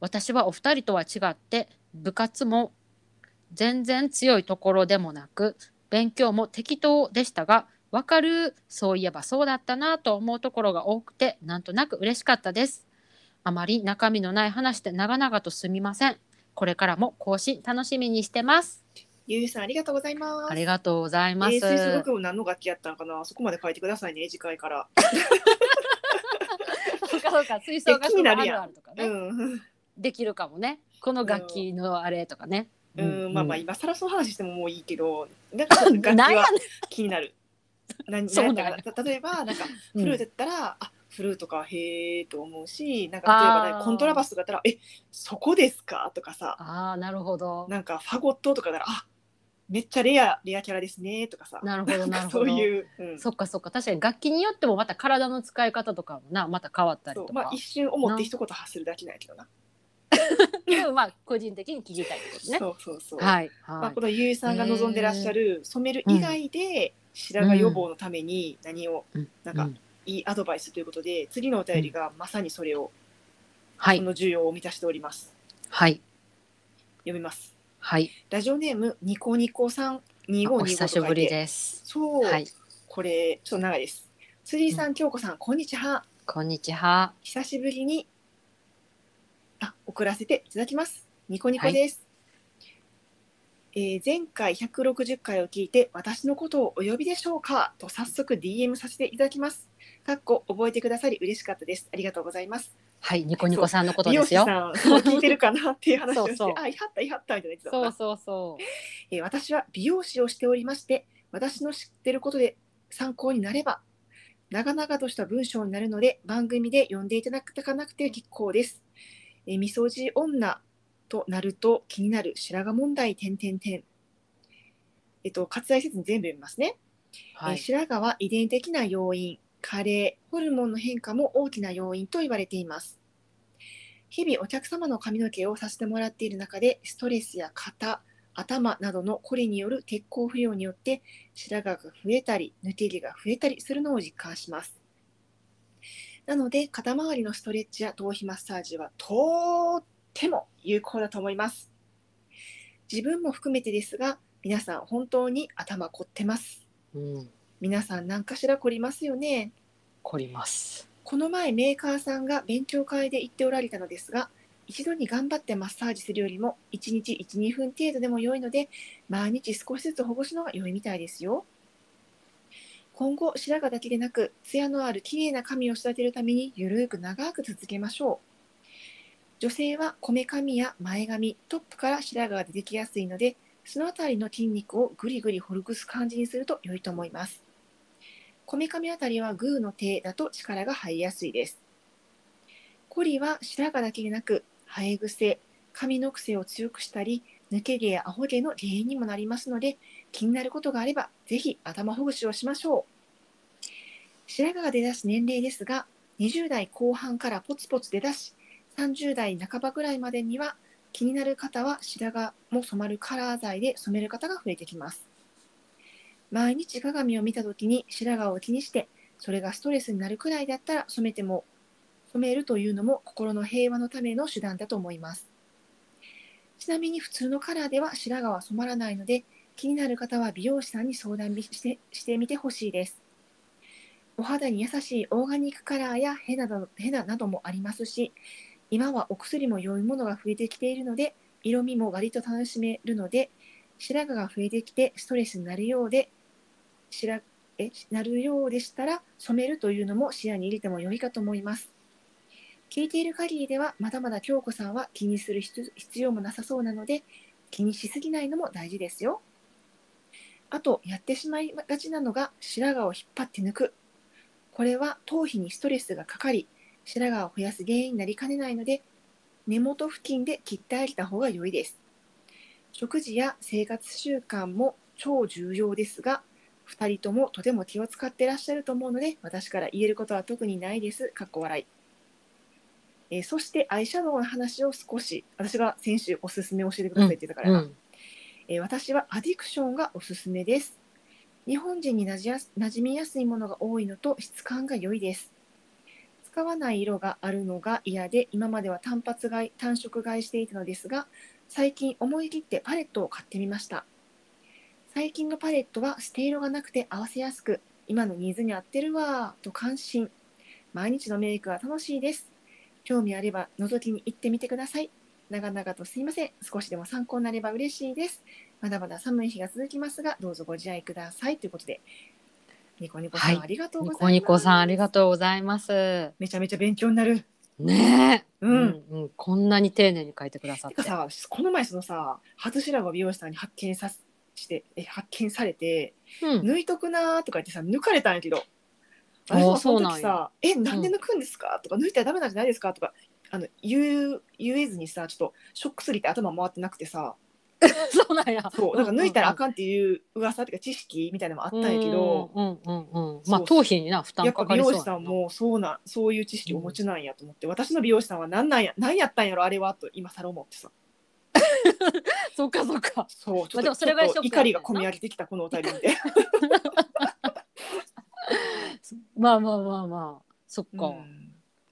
A: 私はお二人とは違って部活も全然強いところでもなく勉強も適当でしたがわかるそういえばそうだったなと思うところが多くてなんとなく嬉しかったですあまり中身のない話で長々とすみませんこれからも更新楽しみにしてます
B: ゆうゆうさんありがとうございます
A: ありがとうござい
B: え
A: ます、
B: ー吹奏楽部何の楽器やったのかなそこまで書いてくださいね次回から、
A: そうかそうか吹奏楽
B: 気
A: 部
B: にな
A: あ
B: るやん
A: るあるとかね、
B: うん
A: できるかもねこの楽器のあれとかね、
B: うん、まあまあ今更その話してももういいけどなんかちょっと 楽器
A: なんや
B: は
A: ね
B: 気になる。何
A: そうなん
B: 何
A: や
B: やったかな例えばなんか
A: ん
B: フルートだったら、あフルートかへえと思うしなんか例えば、ね
A: あー、
B: コントラバスとかだったらえそこですかとかさ
A: ああなるほど
B: なんかファゴットとかだったらあめっちゃレアレアキャラですねとかさ
A: なるほどなるほ
B: そ
A: ど
B: ういう、うん、
A: そっかそっか確かに楽器によってもまた体の使い方とかもなまた変わったり
B: そ
A: とか
B: うまあ一瞬思って一言発するだけなんやけどな。
A: でもまあ個人的に聞きたいですね
B: そうそうそう。
A: はい
B: まあ、
A: はい
B: このゆいさんが望んでらっしゃる染める以外で白髪予防のために何を
A: うん
B: なんか
A: うん
B: いいアドバイスということで次のお便りがまさにそれを
A: は
B: そ
A: い
B: の需要を満たしております
A: はい
B: 読みます
A: はい
B: ラジオネームニコニコさん
A: あお
B: 2525
A: 久
B: と
A: し
B: 書
A: ぶ
B: い
A: り
B: て
A: です
B: そう、
A: はい
B: これちょっと長いです辻井さん京子さんこんにちは
A: こんにちは
B: 久しぶりにあ送らせていただきますニコニコです、えー前回160回を聞いて私のことをお呼びでしょうかと早速 DM させていただきますかっこ覚えてくださり嬉しかったですありがとうございます
A: はいニコニコさんのことで
B: 美容
A: す
B: 師
A: よ
B: さんそう聞いてるかなっていう話をし て
A: そうそう
B: あいはったいはったみたいなやつだな
A: そうそうそう
B: えー私は美容師をしておりまして私の知ってることで参考になれば長々とした文章になるので番組で読んでいただかなくて結構です。えー、みそじ女となると気になる白髪問題点点点。えっと割愛せずに全部読みますね。
A: は
B: えー
A: い
B: 白髪は遺伝的な要因加齢ホルモンの変化も大きな要因と言われています日々お客様の髪の毛をさせてもらっている中でストレスや肩頭などのこりによる血行不良によって白髪が増えたり抜け毛が増えたりするのを実感しますなので肩周りのストレッチや頭皮マッサージはとっても有効だと思います自分も含めてですが皆さん本当に頭凝ってます
A: うん
B: 皆さん何かしら凝りますよね
A: 凝ります
B: この前メーカーさんが勉強会で言っておられたのですが一度に頑張ってマッサージするよりも1日12分程度でも良いので毎日少しずつほぐすのが良いみたいですよ今後白髪だけでなくツヤのある綺麗な髪を育てるためにゆるーく長く続けましょう女性はこめかみや前髪トップから白髪が出てきやすいのでそのあたりの筋肉をぐりぐりほぐす感じにすると良いと思いますこめかみあたりはグーの手だと力が入りやすいです。コリは白髪だけでなく生え癖、髪の癖を強くしたり、抜け毛やアホ毛の原因にもなりますので、気になることがあればぜひ頭ほぐしをしましょう。白髪が出だす年齢ですが、20代後半からポツポツ出だし、30代半ばぐらいまでには気になる方は白髪も染まるカラー剤で染める方が増えてきます。毎日鏡を見た時に白髪を気にしてそれがストレスになるくらいだったら染めても染めるというのも心の平和のための手段だと思いますちなみに普通のカラーでは白髪は染まらないので気になる方は美容師さんに相談してしてみてほしいですお肌に優しいオーガニックカラーやヘナなどヘナなどもありますし今はお薬も良いものが増えてきているので色味も割と楽しめるので白髪が増えてきてストレスになるようでしらえなるようでしたら染めるというのも視野に入れても良いかと思います聞いている限りではまだまだ京子さんは気にする必必要もなさそうなので気にしすぎないのも大事ですよあとやってしまいがちなのが白髪を引っ張って抜くこれは頭皮にストレスがかかり白髪を増やす原因になりかねないので根元付近で切ってあげた方が良いです食事や生活習慣も超重要ですが2人ともとても気を使ってらっしゃると思うので私から言えることは特にないです。かっこ笑いえーそしてアイシャドウの話を少し私が先週おすすめ教えてくださいって言ったから
A: う
B: な、
A: ん
B: えー私はアディクションがおすすめです日本人になじやす馴染みやすいものが多いのと質感が良いです使わない色があるのが嫌で今までは単発買い単色買いしていたのですが最近思い切ってパレットを買ってみました最近のパレットは捨て色がなくて合わせやすく今のニーズに合ってるわーと感心毎日のメイクは楽しいです興味あれば覗きに行ってみてください長々とすいません少しでも参考になれば嬉しいですまだまだ寒い日が続きますが、どうぞご自愛くださいということで、ニコニコさ
A: は
B: ん
A: い
B: ありがとうござ
A: ニ
B: います。
A: コニコさんありがとうございます。
B: めちゃめちゃ勉強になる。
A: ねえ、
B: うん
A: うん、うんこんなに丁寧に書いてくださってて
B: か。さ、この前そのさ、初白髪美容師さんに発見させしてえ発見されて、
A: うん、
B: 抜いとくなーとか言ってさ、抜かれたんやけど、
A: あー
B: 私も
A: そうな
B: の
A: ん
B: 時
A: や
B: さ、え、なんで抜くんですかとか、抜いたらダメなんじゃないですかとか、あの言う言えずにさ、ちょっとショックすぎて頭回ってなくてさ、
A: そうなんや。
B: そう、なんか抜いたらあ
A: ん
B: かんっていう噂とか知識みたいなのもあったんやけど、
A: うんうんうんうん。まあ
B: そう
A: 頭皮にな負担
B: やっぱ
A: か
B: 美
A: かりそ
B: 容
A: うや
B: 師
A: な
B: さんもそうなそういう知識をお持ちなんやと思って、私の美容師さんは何なんや何やったんやろあれはと今更思ってさ
A: そっかそっか。
B: そうち
A: まあで
B: ょっと
A: もそれぐらいシ
B: ち
A: ョ
B: ょ
A: ッ
B: っ
A: ク
B: と
A: やった
B: 怒
A: んやな
B: りが込み上げてきたこのお便りで
A: まあまあまあまあ。そっか、
B: うん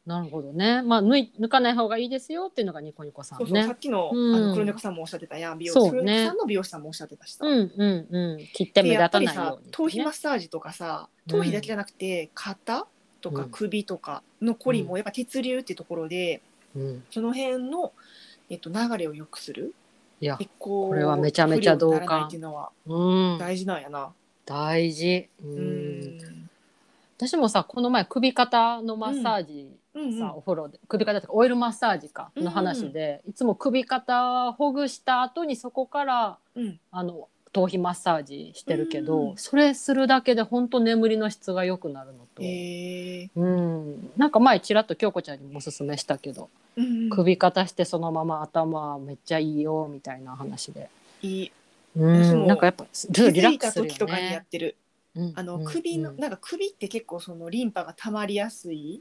A: なるほどね。まあ抜い抜かない方がいいですよっていうのがニコニコさん
B: そ
A: ね。
B: うそうさっきの,、
A: うん
B: あの黒猫さんもおっしゃってたやん美容師、
A: そうね
B: 黒猫さんの美容師さんもおっしゃってたしさ、
A: うんうんうん。切って
B: で
A: 目
B: や
A: 立
B: っぱ
A: た
B: り
A: ない
B: さ
A: ように、
B: 頭皮マッ
A: す。
B: サージとかさ
A: うん
B: 頭皮だけじゃなくて肩とか
A: うん
B: 首とかのこりもやっぱ血流っていうところで
A: うん。
B: その辺の、えっと、流れを良くする
A: いや、
B: 血行
A: これはめちゃめちゃ同感
B: 不良にならないっていうのは
A: うん。
B: 大事なんやな。
A: 大事。うん。
B: うん
A: 私もさこの前首肩のマッサージ
B: うんうん
A: さ、お風呂で首肩とかオイルマッサージか
B: うんう
A: の
B: ん
A: 話で、いつも首肩ほぐした後にそこから
B: うん、
A: あの頭皮マッサージしてるけど、
B: うんうん
A: それするだけで本当眠りの質が良くなるのと、
B: えー
A: うん、なんか前ちらっと京子ちゃんにもおすすめしたけど、
B: うんうん、
A: 首肩してそのまま頭めっちゃいいよみたいな話で、
B: いい私
A: うん、
B: も
A: なんかやっぱ
B: 気
A: リラ
B: づ
A: ッ
B: い
A: ク
B: た
A: スするよ
B: 時とかにやっ
A: ね。
B: てる、
A: うん
B: あの首の、
A: うん
B: なんか首って結構そのリンパが溜まりやすい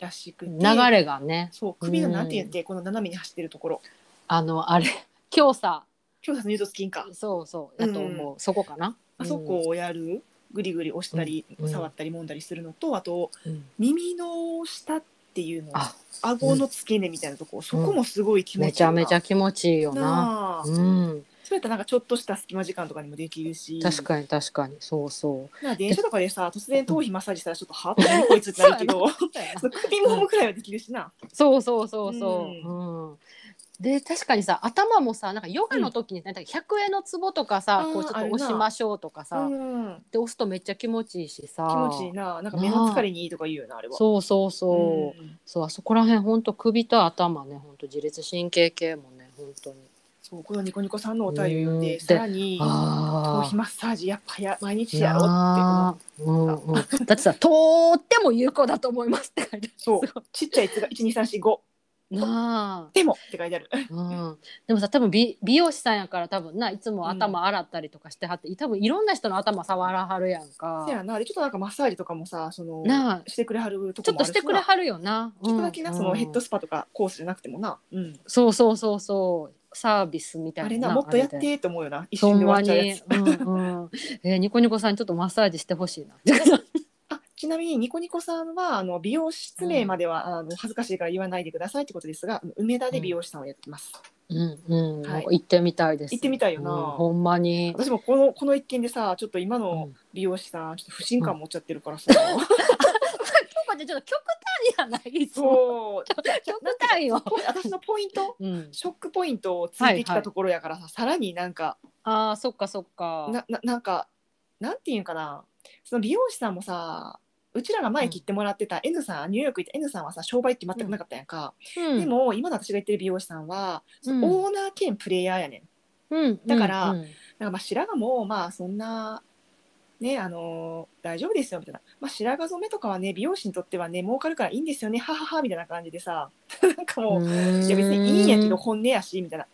B: らしくて
A: 流れがね
B: そう首のなんて言って、この斜めに走ってるところ
A: あのあれ 今日さ
B: 強殺乳突筋か
A: そうそうだと思う、そこかな
B: あそこをやるぐりぐり押したり、
A: うん
B: 触ったり揉んだりするのとあと
A: うん、うん
B: 耳の下っていうの
A: あ
B: 顎の付け根みたいなとこ、そこもすごい気持
A: め
B: ちい
A: ち
B: いな
A: ゃめちゃ気持ちいいよな
B: なあ
A: うん
B: そうやったらなんかちょっとした隙間時間とかにもできるし
A: 確かに確かにそうそう
B: なんか電車とかでさ突然頭皮マッサージしたらちょっ とはっとやなこいつってなるけどそう首もむくらいはできるしな、
A: そうそうそうそう、うんで確かにさ頭もさなんかヨガの時に、なんか100円のツボとかさ
B: あー
A: こうちょっ
B: あ
A: と
B: るな
A: 押しましょうとかさ、
B: うん
A: で押すとめっちゃ気持ちいいしさ
B: 気持ちいいななんか目の疲れにいいとか言うよなあれは
A: そうそうそう、
B: ん
A: そうあそこら辺ほんと首と頭ねほんと自律神経系もね本当に
B: そうこのニコニコさんのお便りを読ん
A: う
B: で
A: ん
B: さらに頭
A: あ
B: 皮マッサージやっぱや毎日
A: い
B: や
A: や
B: ろうって思う
A: ーうんうん、だってさ「とっても有効だと思います」って書いてある
B: そう
A: すご
B: ちっちゃい「つ」が12345
A: いなあ
B: でもって書いてある
A: うん、でもさ多分美美容師さんやから多分ないつも頭洗ったりとかしてはって、多分いろんな人の頭触らはるやんか
B: せやなでちょっとなんかマッサージとかもさその
A: なあ
B: してくれはると
A: ち
B: こ
A: ょっ
B: もあ
A: と
B: る
A: してくれ
B: る
A: はるよな
B: ちょっとだけな、
A: うん
B: そのヘッドスパとかコースじゃなくてもな、うん、
A: そうそうそうそうサービスみたいな
B: あれなもっとやっ
A: あれで
B: てと思うよな一
A: ほ
B: 瞬
A: ん
B: で終わ
A: ま
B: っちゃう
A: に
B: やつ、
A: うんうん、えーニコニコさんにちょっとマッサージしてほしいな
B: あちなみにニコニコさんはあの美容室名までは、あの恥ずかしいから言わないでくださいってことですが梅田で美容師さんをやってます、
A: うんうん、
B: はい
A: なんか行ってみたいです。
B: 行ってみたいよな
A: うんほんまに。
B: 私もこのこの一件でさちょっと今
A: う
B: の
A: ん
B: 美容師さんちょっと不信感持っちゃってるからさ、
A: ちょっと極端やない。
B: そう
A: 極端よ。
B: ポイ私のポイ ント
A: うん。
B: ショックポイントをついてき
A: はいは
B: た
A: い
B: ところやからさ、さらになんか
A: ああ、そっかそっか。
B: なななんかなんていうんかなその美容師さんもさうちらが前切ってもらってた N さんニューヨーク行った N さんはさ商売って全くなかったやんか、
A: うん、
B: でも今の私が言ってる美容師さんは、
A: うん
B: オーナー兼プレイヤーやねん
A: うん、
B: だから
A: うん
B: なんかまあ白髪もまあそんなねあのー大丈夫ですよみたいな、まあ、白髪染めとかはね美容師にとってはね儲かるからいいんですよねはははみたいな感じでさ なんかもう、
A: うん
B: いや別にいいんやけど本音やしみたいな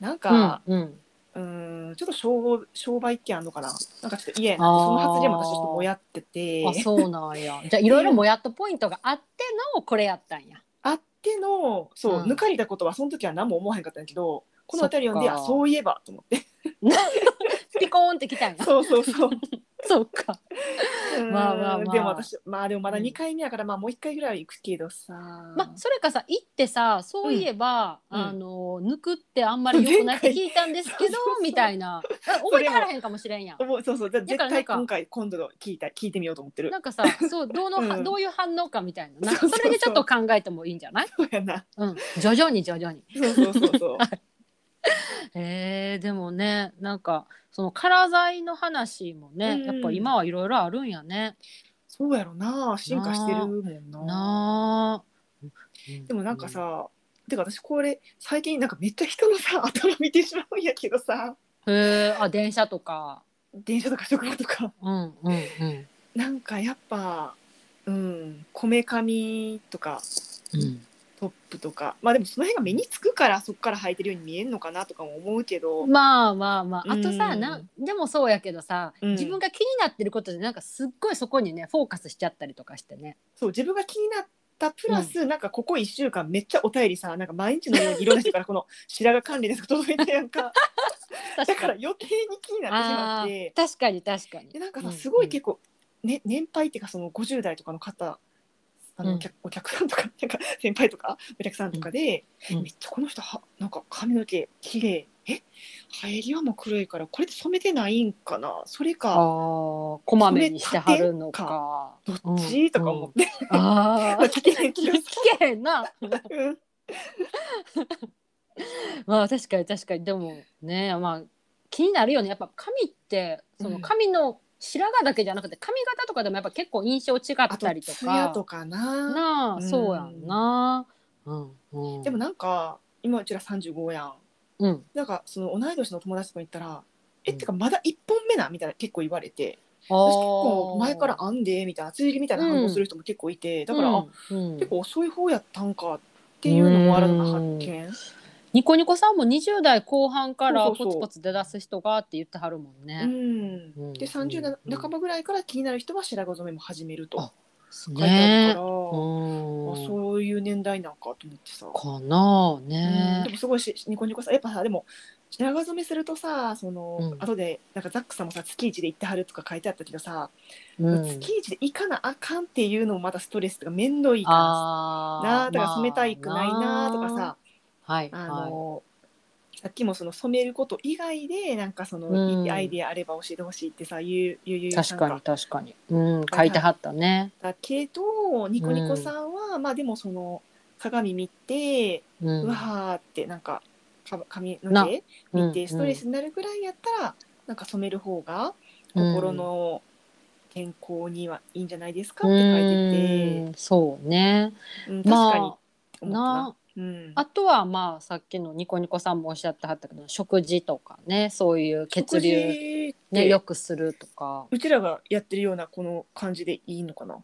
B: なんか
A: うんうん
B: うーんちょっと商商売ってあんのかななんかちょっと嫌やな
A: あー
B: その発言も私ちょっともやってて
A: あ、そうなんや。じゃあ、いろいろもやっとポイントがあっての、これやった んや。
B: あってのそ
A: う
B: う、
A: ん
B: 抜かれたことはその時は何も思わへんかったんやけどこの辺り読んで
A: そっ
B: あ
A: か
B: そういえばと思って
A: ピコーンってきたんや。
B: そうそうそう
A: そっか。まあまあまあ
B: うんでも私まあでもまだ2回目やから、まあもう1回ぐらいは行くけどさ
A: まあ、それかさ、行ってさ、そういえば、
B: うん
A: あの、抜くってあんまり良くないって聞いたんですけど
B: 前 回そうそうそ、う
A: みたいな。あ覚えてはらへんかもしれんやん。
B: もうそうそうだ
A: だ
B: 絶
A: からなん
B: 対
A: か
B: 今回今度の聞いた聞いてみようと思ってる
A: なんかさ、そう、どうの、
B: うん
A: どういう反応かみたいな、なん
B: そ
A: か
B: うそ
A: そ
B: うそう
A: れでちょっと考えてもいいんじゃない。
B: そうや な
A: うん、徐々に徐々に。
B: そうそうそう そう
A: えー、でもね、なんか、そのカラー剤の話もね、
B: うん
A: やっぱ今はいろいろあるんやね。
B: そうやろな進化してるもんな
A: なあ。
B: でもなんかさ、てか私これ最近なんかめっちゃ人のさ 頭見てしまうんやけどさ
A: うん。へえ、あ、電車とか。
B: 電車とか職場とか
A: うん、うん、うん。
B: なんかやっぱうんこめかみとか
A: うん
B: トップとかまあでもその辺が目につくからそこから履いてるように見えるのかなとかも思うけど、
A: まあまあまああとさ、
B: うん
A: なんでもそうやけどさ、
B: うん
A: 自分が気になってることでなんかすっごいそこにねフォーカスしちゃったりとかしてね
B: そう自分が気になったプラス、なんかここ1週間めっちゃお便りさなんか毎日のようにいろんな人からこの 白髪管理ですとか届いてやんかだ
A: 確
B: か
A: からに
B: 余計に気になってしま
A: あ
B: って
A: ー確かに確かに
B: でなんか
A: う
B: さ
A: ん
B: すご
A: う
B: い
A: ん
B: 結構、ね、年配っていうかその50代とかの方あの、
A: うん
B: お客お客さんとか なんか先輩とかお客さんとかで、
A: うん
B: めっちゃこの人はなんか髪の毛綺麗え生え際も黒いからこれで染めてないんかなそれ
A: あ
B: か
A: ーこまめにしてはるのか、
B: どっち、とか思ってて、
A: うんああ
B: 聞けへん気が
A: 聞けへんな
B: うん
A: まあ確かに確かにでもねまあ気になるよねやっぱ髪ってその髪の白髪だけじゃなくて髪型とかでもやっぱ結構印象違っ
B: あと
A: たりと
B: ツ
A: か
B: ヤとかな
A: なあ、
B: うん
A: そうやんな。うん、うん。
B: でも、なんか今うちら35やん
A: うん。
B: なんかその同い年の友達とかに行ったら「え
A: うん
B: ってかまだ1本目な?」みたいな結構言われて
A: あ
B: 私
A: ー
B: 結構前からあんでみたいな厚切りみたいな反応する人も結構いて、だから、あ、
A: うんうん
B: 結構遅い方やったんかっていうのも新たな発見
A: ニコニコさんも20代後半から
B: そう
A: ポ
B: そうそ
A: ツ
B: う
A: ポツ出だす人がって言ってはるもん
B: う
A: ね。
B: ん、
A: うん
B: で30代
A: うん
B: 半ばぐらいから気になる人は白髪染めも始めると
A: あす
B: 書いてある
A: ねえ。
B: か
A: う
B: ら、あ
A: ん。
B: そういう年代なんかと思ってさ、
A: かなあ
B: うんで
A: ね。
B: もすごいしニコニコさやっぱさでも白髪染めするとさその、
A: うん
B: 後でなんかザックさんもさ月一で行ってはるとか書いてあったけどさ、
A: うん。
B: 月一で行かなあかんっていうのもまたストレスとか面倒いいから
A: あ
B: なあだから
A: まあ
B: 染めたいくないなあとかさ、
A: はい
B: あ
A: は
B: の、さっきもその染めること以外でなんかその、
A: うん
B: いいアイディアあれば教えてほしいってさゆうゆうゆうさ
A: 確
B: ん
A: か
B: が
A: に確かに。うん、書いてはったね。
B: だけどニコニコさんは、まあでもその鏡見て、
A: う。
B: うんわーってなんかか髪の
A: な
B: 毛
A: うん
B: 見てストレスになるぐらいやったら、なんか染める方が心の健康にはいいんじゃないですかって書いて
A: うんそうね。
B: て、うん、確
A: ま
B: か
A: あ
B: に思ったな。
A: な
B: うん、
A: あとはまあさっきのニコニコさんもおっしゃってはったけど食事とかねそういう血流、
B: 流
A: ね、よくするとか
B: うちらがやってるようなこの感じでいいのかな。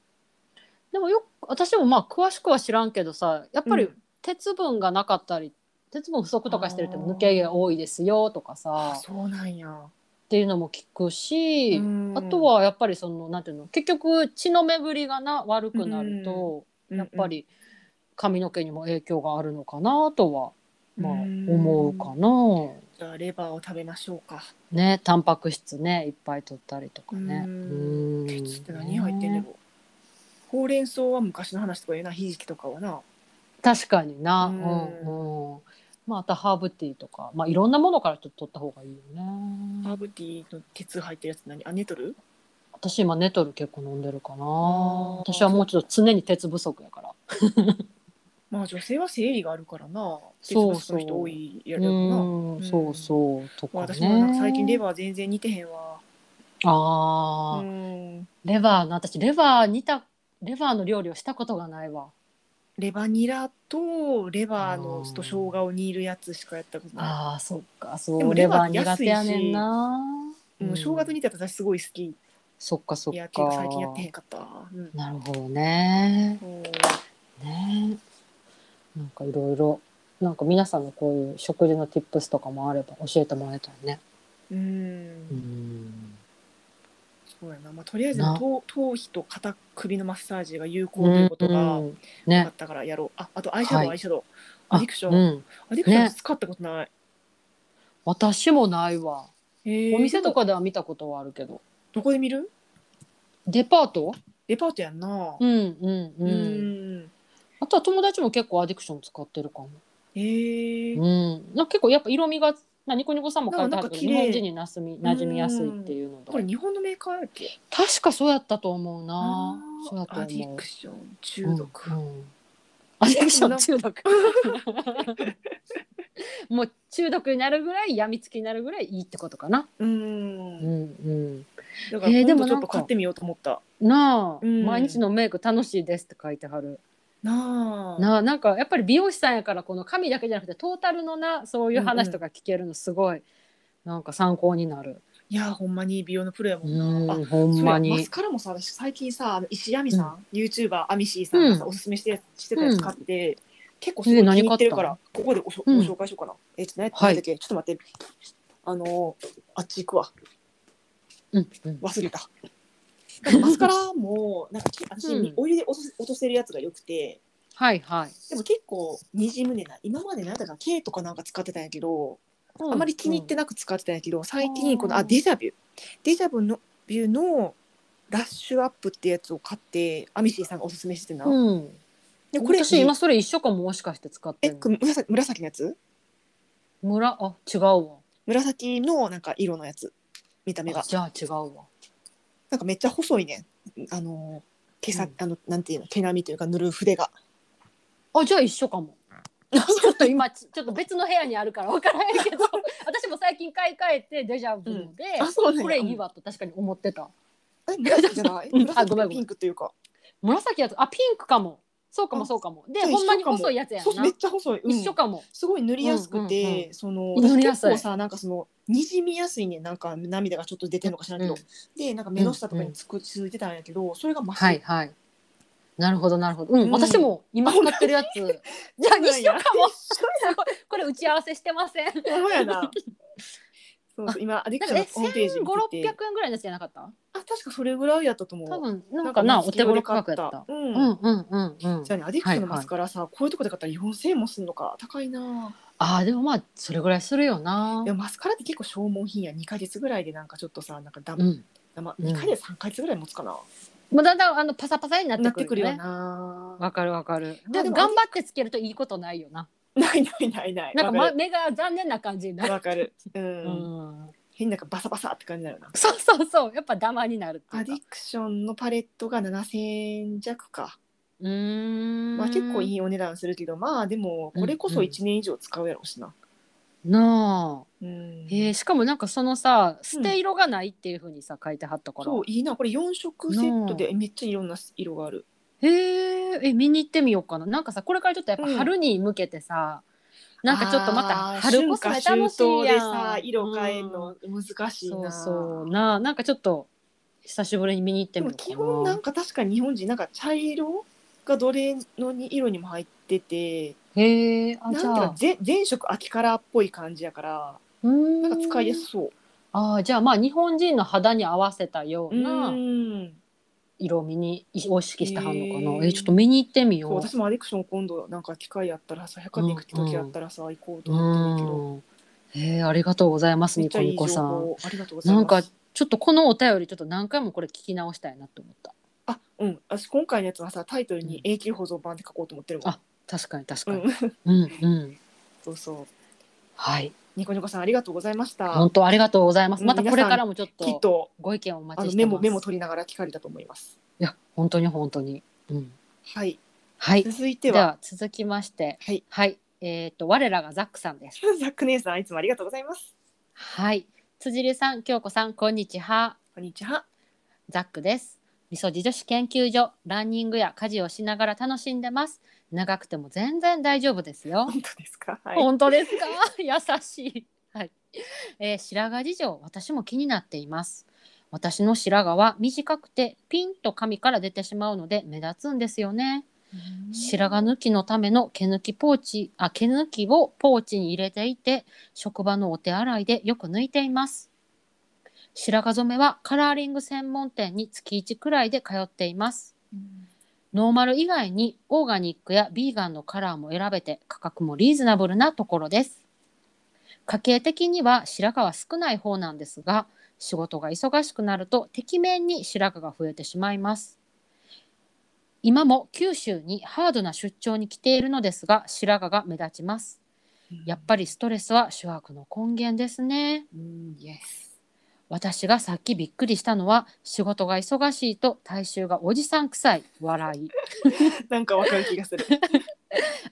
A: でもよく私もまあ詳しくは知らんけどさやっぱ
B: う
A: り
B: ん
A: 鉄分がなかったり、鉄分不足とかしてると抜け毛が多いですよとか
B: あ
A: さ
B: そうなんや。
A: っていうのも聞くし、
B: うん
A: あとはやっぱりそのなんていうの結局血の巡りがな悪くなると、やっぱり髪の毛にも影響があるのかなとは、
B: うん
A: まあ、
B: うん
A: 思うかな。
B: じゃあレバーを食べましょうか。
A: ね、タンパク質ね、いっぱい取ったりとかね。
B: う
A: うんん
B: 鉄って何入ってんねん。ほうれん草は昔の話とかやなひじきとかはな。
A: 確かにな。
B: う
A: うんん、うん。まあ、あとハーブティーとか、まあ、いろんなものからちょっと取った方がいいよ
B: ハー
A: ね。
B: ブティーの鉄入ってるやつ何あネトル？
A: 私今ネトル結構飲んでるかな
B: ー。
A: 私はもうちょっと常に鉄不足やから。
B: まあ女性は生理があるからな。鉄
A: そう
B: 不
A: そう
B: 足の人多いや
A: う
B: るやろな。ま
A: ん、そうそう、と
B: あ
A: か
B: 私もなん
A: ね
B: か。最近レバー全然似てへんわ。
A: ああ、
B: うん。
A: レバーの、私レバー煮た、レバーの料理をしたことがないわ。
B: レバニラとレバーの
A: あー
B: と生姜を煮るやつしかやったことない。
A: ああ、そっか、そ
B: でも
A: う、
B: レ
A: レ
B: バー
A: バー
B: って安い
A: 苦手
B: し
A: やねんな。
B: うん、生姜と煮たら私すごい好き。
A: そっかそ
B: いや
A: っ
B: けど
A: か。
B: 最近やってへんかったわ。うん。
A: なるほどね。
B: うん
A: ね。なんかいろいろ、なんか皆さんのこういう食事の tips とかもあれば教えてもらえたらね。
B: うん
A: ん。
B: そうやな、まあ、とりあえず
A: な
B: 頭頭皮と肩首のマッサージが有効ということが
A: うん
B: 分か
A: ね
B: っ。たからやろう、ああとアイシャド
A: は
B: ウ、
A: い
B: アイシャドウ
A: あ
B: アディクション、
A: うん。
B: アディクション
A: ね
B: 使ったことない、
A: 私もないわ。
B: へー
A: お店とかでは見たことはあるけど。
B: どこで見る
A: デパート
B: デパートやんな
A: うんうん
B: う
A: うん。
B: ん
A: あとは友達も結構アディクション使ってるかも。
B: へえ
A: うん。なんか結構やっぱ色味が、まあ、ニコニコさんも書いてあるけど、
B: なんか綺
A: 日
B: 麗
A: 本人になすみ馴染みやすいっていうのと
B: これ日本のメーカーやっけ
A: 確かそうやったと思うな。そうや
B: あ
A: と思う。
B: ーアディクション中毒、
A: うんうんアディクション中毒もう中毒になるぐらい病みつきになるぐらいいいってことかな、
B: う
A: う
B: ん
A: んうん、
B: だから
A: えーで
B: 今度
A: も
B: ち
A: な
B: ょっ
A: ん
B: と
A: か
B: 買ってみようと思った、
A: なあ、
B: うん
A: 毎日のメイク楽しいですって書いてはる
B: なあ
A: なあなんかやっぱり美容師さんやからこの髪だけじゃなくてトータルのなそういう話とか聞けるのすごい、なんか参考になる、
B: いやーほんまに美容のプロやも
A: うん
B: な、あ
A: ん、ほん
B: そうや
A: ま
B: マ
A: に
B: スカラもさ私最近さあの石井亜美さん、YouTuber アミシーさんがさ、
A: うん
B: おすすめしてしてたやつ買って、結構すご
A: え
B: い気
A: 何
B: に入ってるから
A: 買
B: ここでごしょ
A: うん
B: ご紹介しようかな、えちょっと何やった
A: はい
B: 何だっけ、ちょっと待ってあのーあっち行くわ
A: うんうん
B: 忘 れたなんかマスカラもなんかき私、
A: うん
B: お湯で落とせ落とせるやつがよくて
A: はいはい、
B: でも結構にじむねんな今までなんだか K とかなんか使ってたんやけど、
A: うん
B: あまり気に入ってなく使ってたんやけど、最近このあデジャビュデジャブのビューのラッシュアップってやつを買ってアミシーさんがおすすめしてな、
A: うん、
B: でこ
A: これ
B: れ
A: 私今それ一緒かももしかして使って
B: え
A: る
B: これ紫紫のやつ
A: の村あ違うわ
B: 紫のなんか色のやつ見た目
A: あ
B: が
A: じゃあ違うわ
B: なんかめっちゃ細いねんあのー毛さ、
A: うん
B: あのなんていうの毛並みというか塗る 筆が
A: あじゃあ一緒かもちょっと今ちちょっと別の部屋にあるから分からないけど 私も最近買い替えてデジャブので、
B: あそうなんや
A: これいいわと確かに思ってた
B: え紫じゃない
A: うんあ
B: 紫
A: ごめんごめん
B: とピンクというか
A: 紫やつあピンクかもそうか
B: あ
A: もそうかもで
B: じゃあ
A: ほんまに
B: 一緒かも
A: 細いやつやん
B: そう
A: な
B: めっちゃ細い、うん
A: 一緒かも
B: すごい塗りやすくて、
A: うんうんう
B: その
A: 塗りや
B: 結
A: すい
B: 構さなんかそのにじみやすいねんなんか涙がちょっと出てるのかしらんけど、
A: うん
B: でなんか目の下とかにつく、ついてたんやけどそれが真っ白、
A: はいはいなるほどなるほどうん、
B: うん
A: 私も今使ってる やつじゃあ一緒かもすごいこれ打ち合わせしてま せんなんか
B: ほんまやなそうそう今アディクション
A: え
B: のホームページ
A: 1 5 6 0
B: 見てて
A: 円ぐらいのやつじゃなかった
B: あ確かそれぐらいやったと思う
A: 多分なんかなお手頃価格やった
B: うん、
A: うんうんうんうん
B: じゃあねアディクショ
A: はい
B: ンの
A: はい
B: マスカラさ、こういうとこで買ったら4000円もすんのか高いな
A: ああでもまあそれぐらいするよな
B: で。もマスカラって結構消耗品や2ヶ月ぐらいでなんかちょっとさなんかだ、
A: うん。
B: ま、
A: うん
B: 2ヶ月3ヶ月ぐらい持つかな、
A: もうだんだんあのパサパサになっ
B: な
A: て
B: って
A: く
B: くる
A: るよ
B: よ
A: ね。
B: な
A: わかるわかる。
B: ま
A: で
B: あで
A: も
B: も
A: 頑張ってつけるといいことないよな。
B: ないないないない。
A: なんか、
B: わ
A: ま、
B: る
A: 目が残念な感じになる。
B: わ かる。う。
A: うんん、
B: 変ななんかバサバサって感じだよな。
A: そうそうそうやっぱダマになるってい
B: ア
A: うか
B: ディクションのパレットが7000円弱か。
A: うーん
B: まあ結構いいお値段するけど、まあでもこれこそ1年以上使うやろうしな。
A: なあ
B: うん。
A: えー、しかもなんかそのさ捨て色がないっていうふうにさ書いてはったから、
B: そういいなこれ4色セットでめっちゃいろんな色がある。
A: へーえ見に行ってみようかななんかさこれからちょっとやっぱ春に向けてさ、なんかちょっとまた
B: あー
A: 春コスメ楽しいやん
B: 春夏秋冬でさ色変える
A: う
B: の
A: ん
B: 難しいな。
A: そうそうななんかちょっと久しぶりに見に行って
B: で
A: み
B: も
A: ようかな
B: 基本なんか確か日本人なんか茶色がどれのに色にも入ってて
A: へえあ
B: なんて
A: じ
B: いう
A: ゃ
B: か
A: あ
B: 全全色秋カラーっぽい感じやから
A: な
B: なんか使いやすそう。
A: あーじゃあまあ日本人の肌に合わせたよう
B: う
A: なん色を見にを意識してはんのかな、
B: へー
A: えちょっと見に行ってみよ
B: そう
A: う
B: 私もアディクション今度なんか機会あったらさ百貨店行く時あったらさ行こうと
A: う
B: 思ってるけど。
A: んへーありがとうございます
B: めっ
A: ニ
B: ち
A: コ
B: ゃい
A: ニ
B: い
A: コ
B: 情
A: さん
B: 報ありがとうござい
A: な
B: ます。
A: んかちょっとこのお便りちょっと何回もこれ聞き直したいなと思った
B: あ、うん。私今回のやつはさ、タイトル
A: う
B: に
A: ん
B: 永久保存版って書こうと思ってるもん。
A: あ確かに確
B: う
A: かに、
B: ん。
A: うん、うん
B: そうそう。
A: はい
B: ニコニコさんありがとうございました
A: 本。当ありがとうございます
B: うん
A: またこれからもちょっ
B: きっ
A: と
B: と
A: ご意見をお
B: あ
A: 待ち
B: の
A: して
B: メ
A: ます
B: モメモ取りながら聞かれたと思います。
A: いや本当に本当に、うん、
B: はい。
A: はい
B: 続いて
A: で
B: は、
A: は続きまして
B: はい。
A: はいえっ、と我らがザックさんです
B: ザック姉さんいつもありがとうございます。
A: はい辻里さん京子さんこんにちは
B: こんにちは。
A: ザックです。みそじ女子研究所、ランニングや家事をしながら楽しんでます。長くても全然大丈夫ですよ。
B: 本当ですか。はい。
A: 本当ですか 優しい。はい。えー白髪事情、私も気になっています。私の白髪は短くてピンと髪から出てしまうので目立つんですよね。白髪抜きのための毛抜きポーチあ毛抜きをポーチに入れていて職場のお手洗いでよく抜いています白髪染めはカラーリング専門店に月1くらいで通っています
B: うん。
A: ノーマル以外にオーガニックやビーガンのカラーも選べて価格もリーズナブルなところです家計的には白髪は少ない方なんですが仕事が忙しくなるとてきめんに白髪が増えてしまいます今も九州にハードな出張に来ているのですが白髪が目立ちますやっぱりストレスは主悪の根源ですね
B: うん、イエス。
A: 私がさっきびっくりしたのは仕事が忙しいと体臭がおじさん臭い笑い
B: なんかわかる気 がする。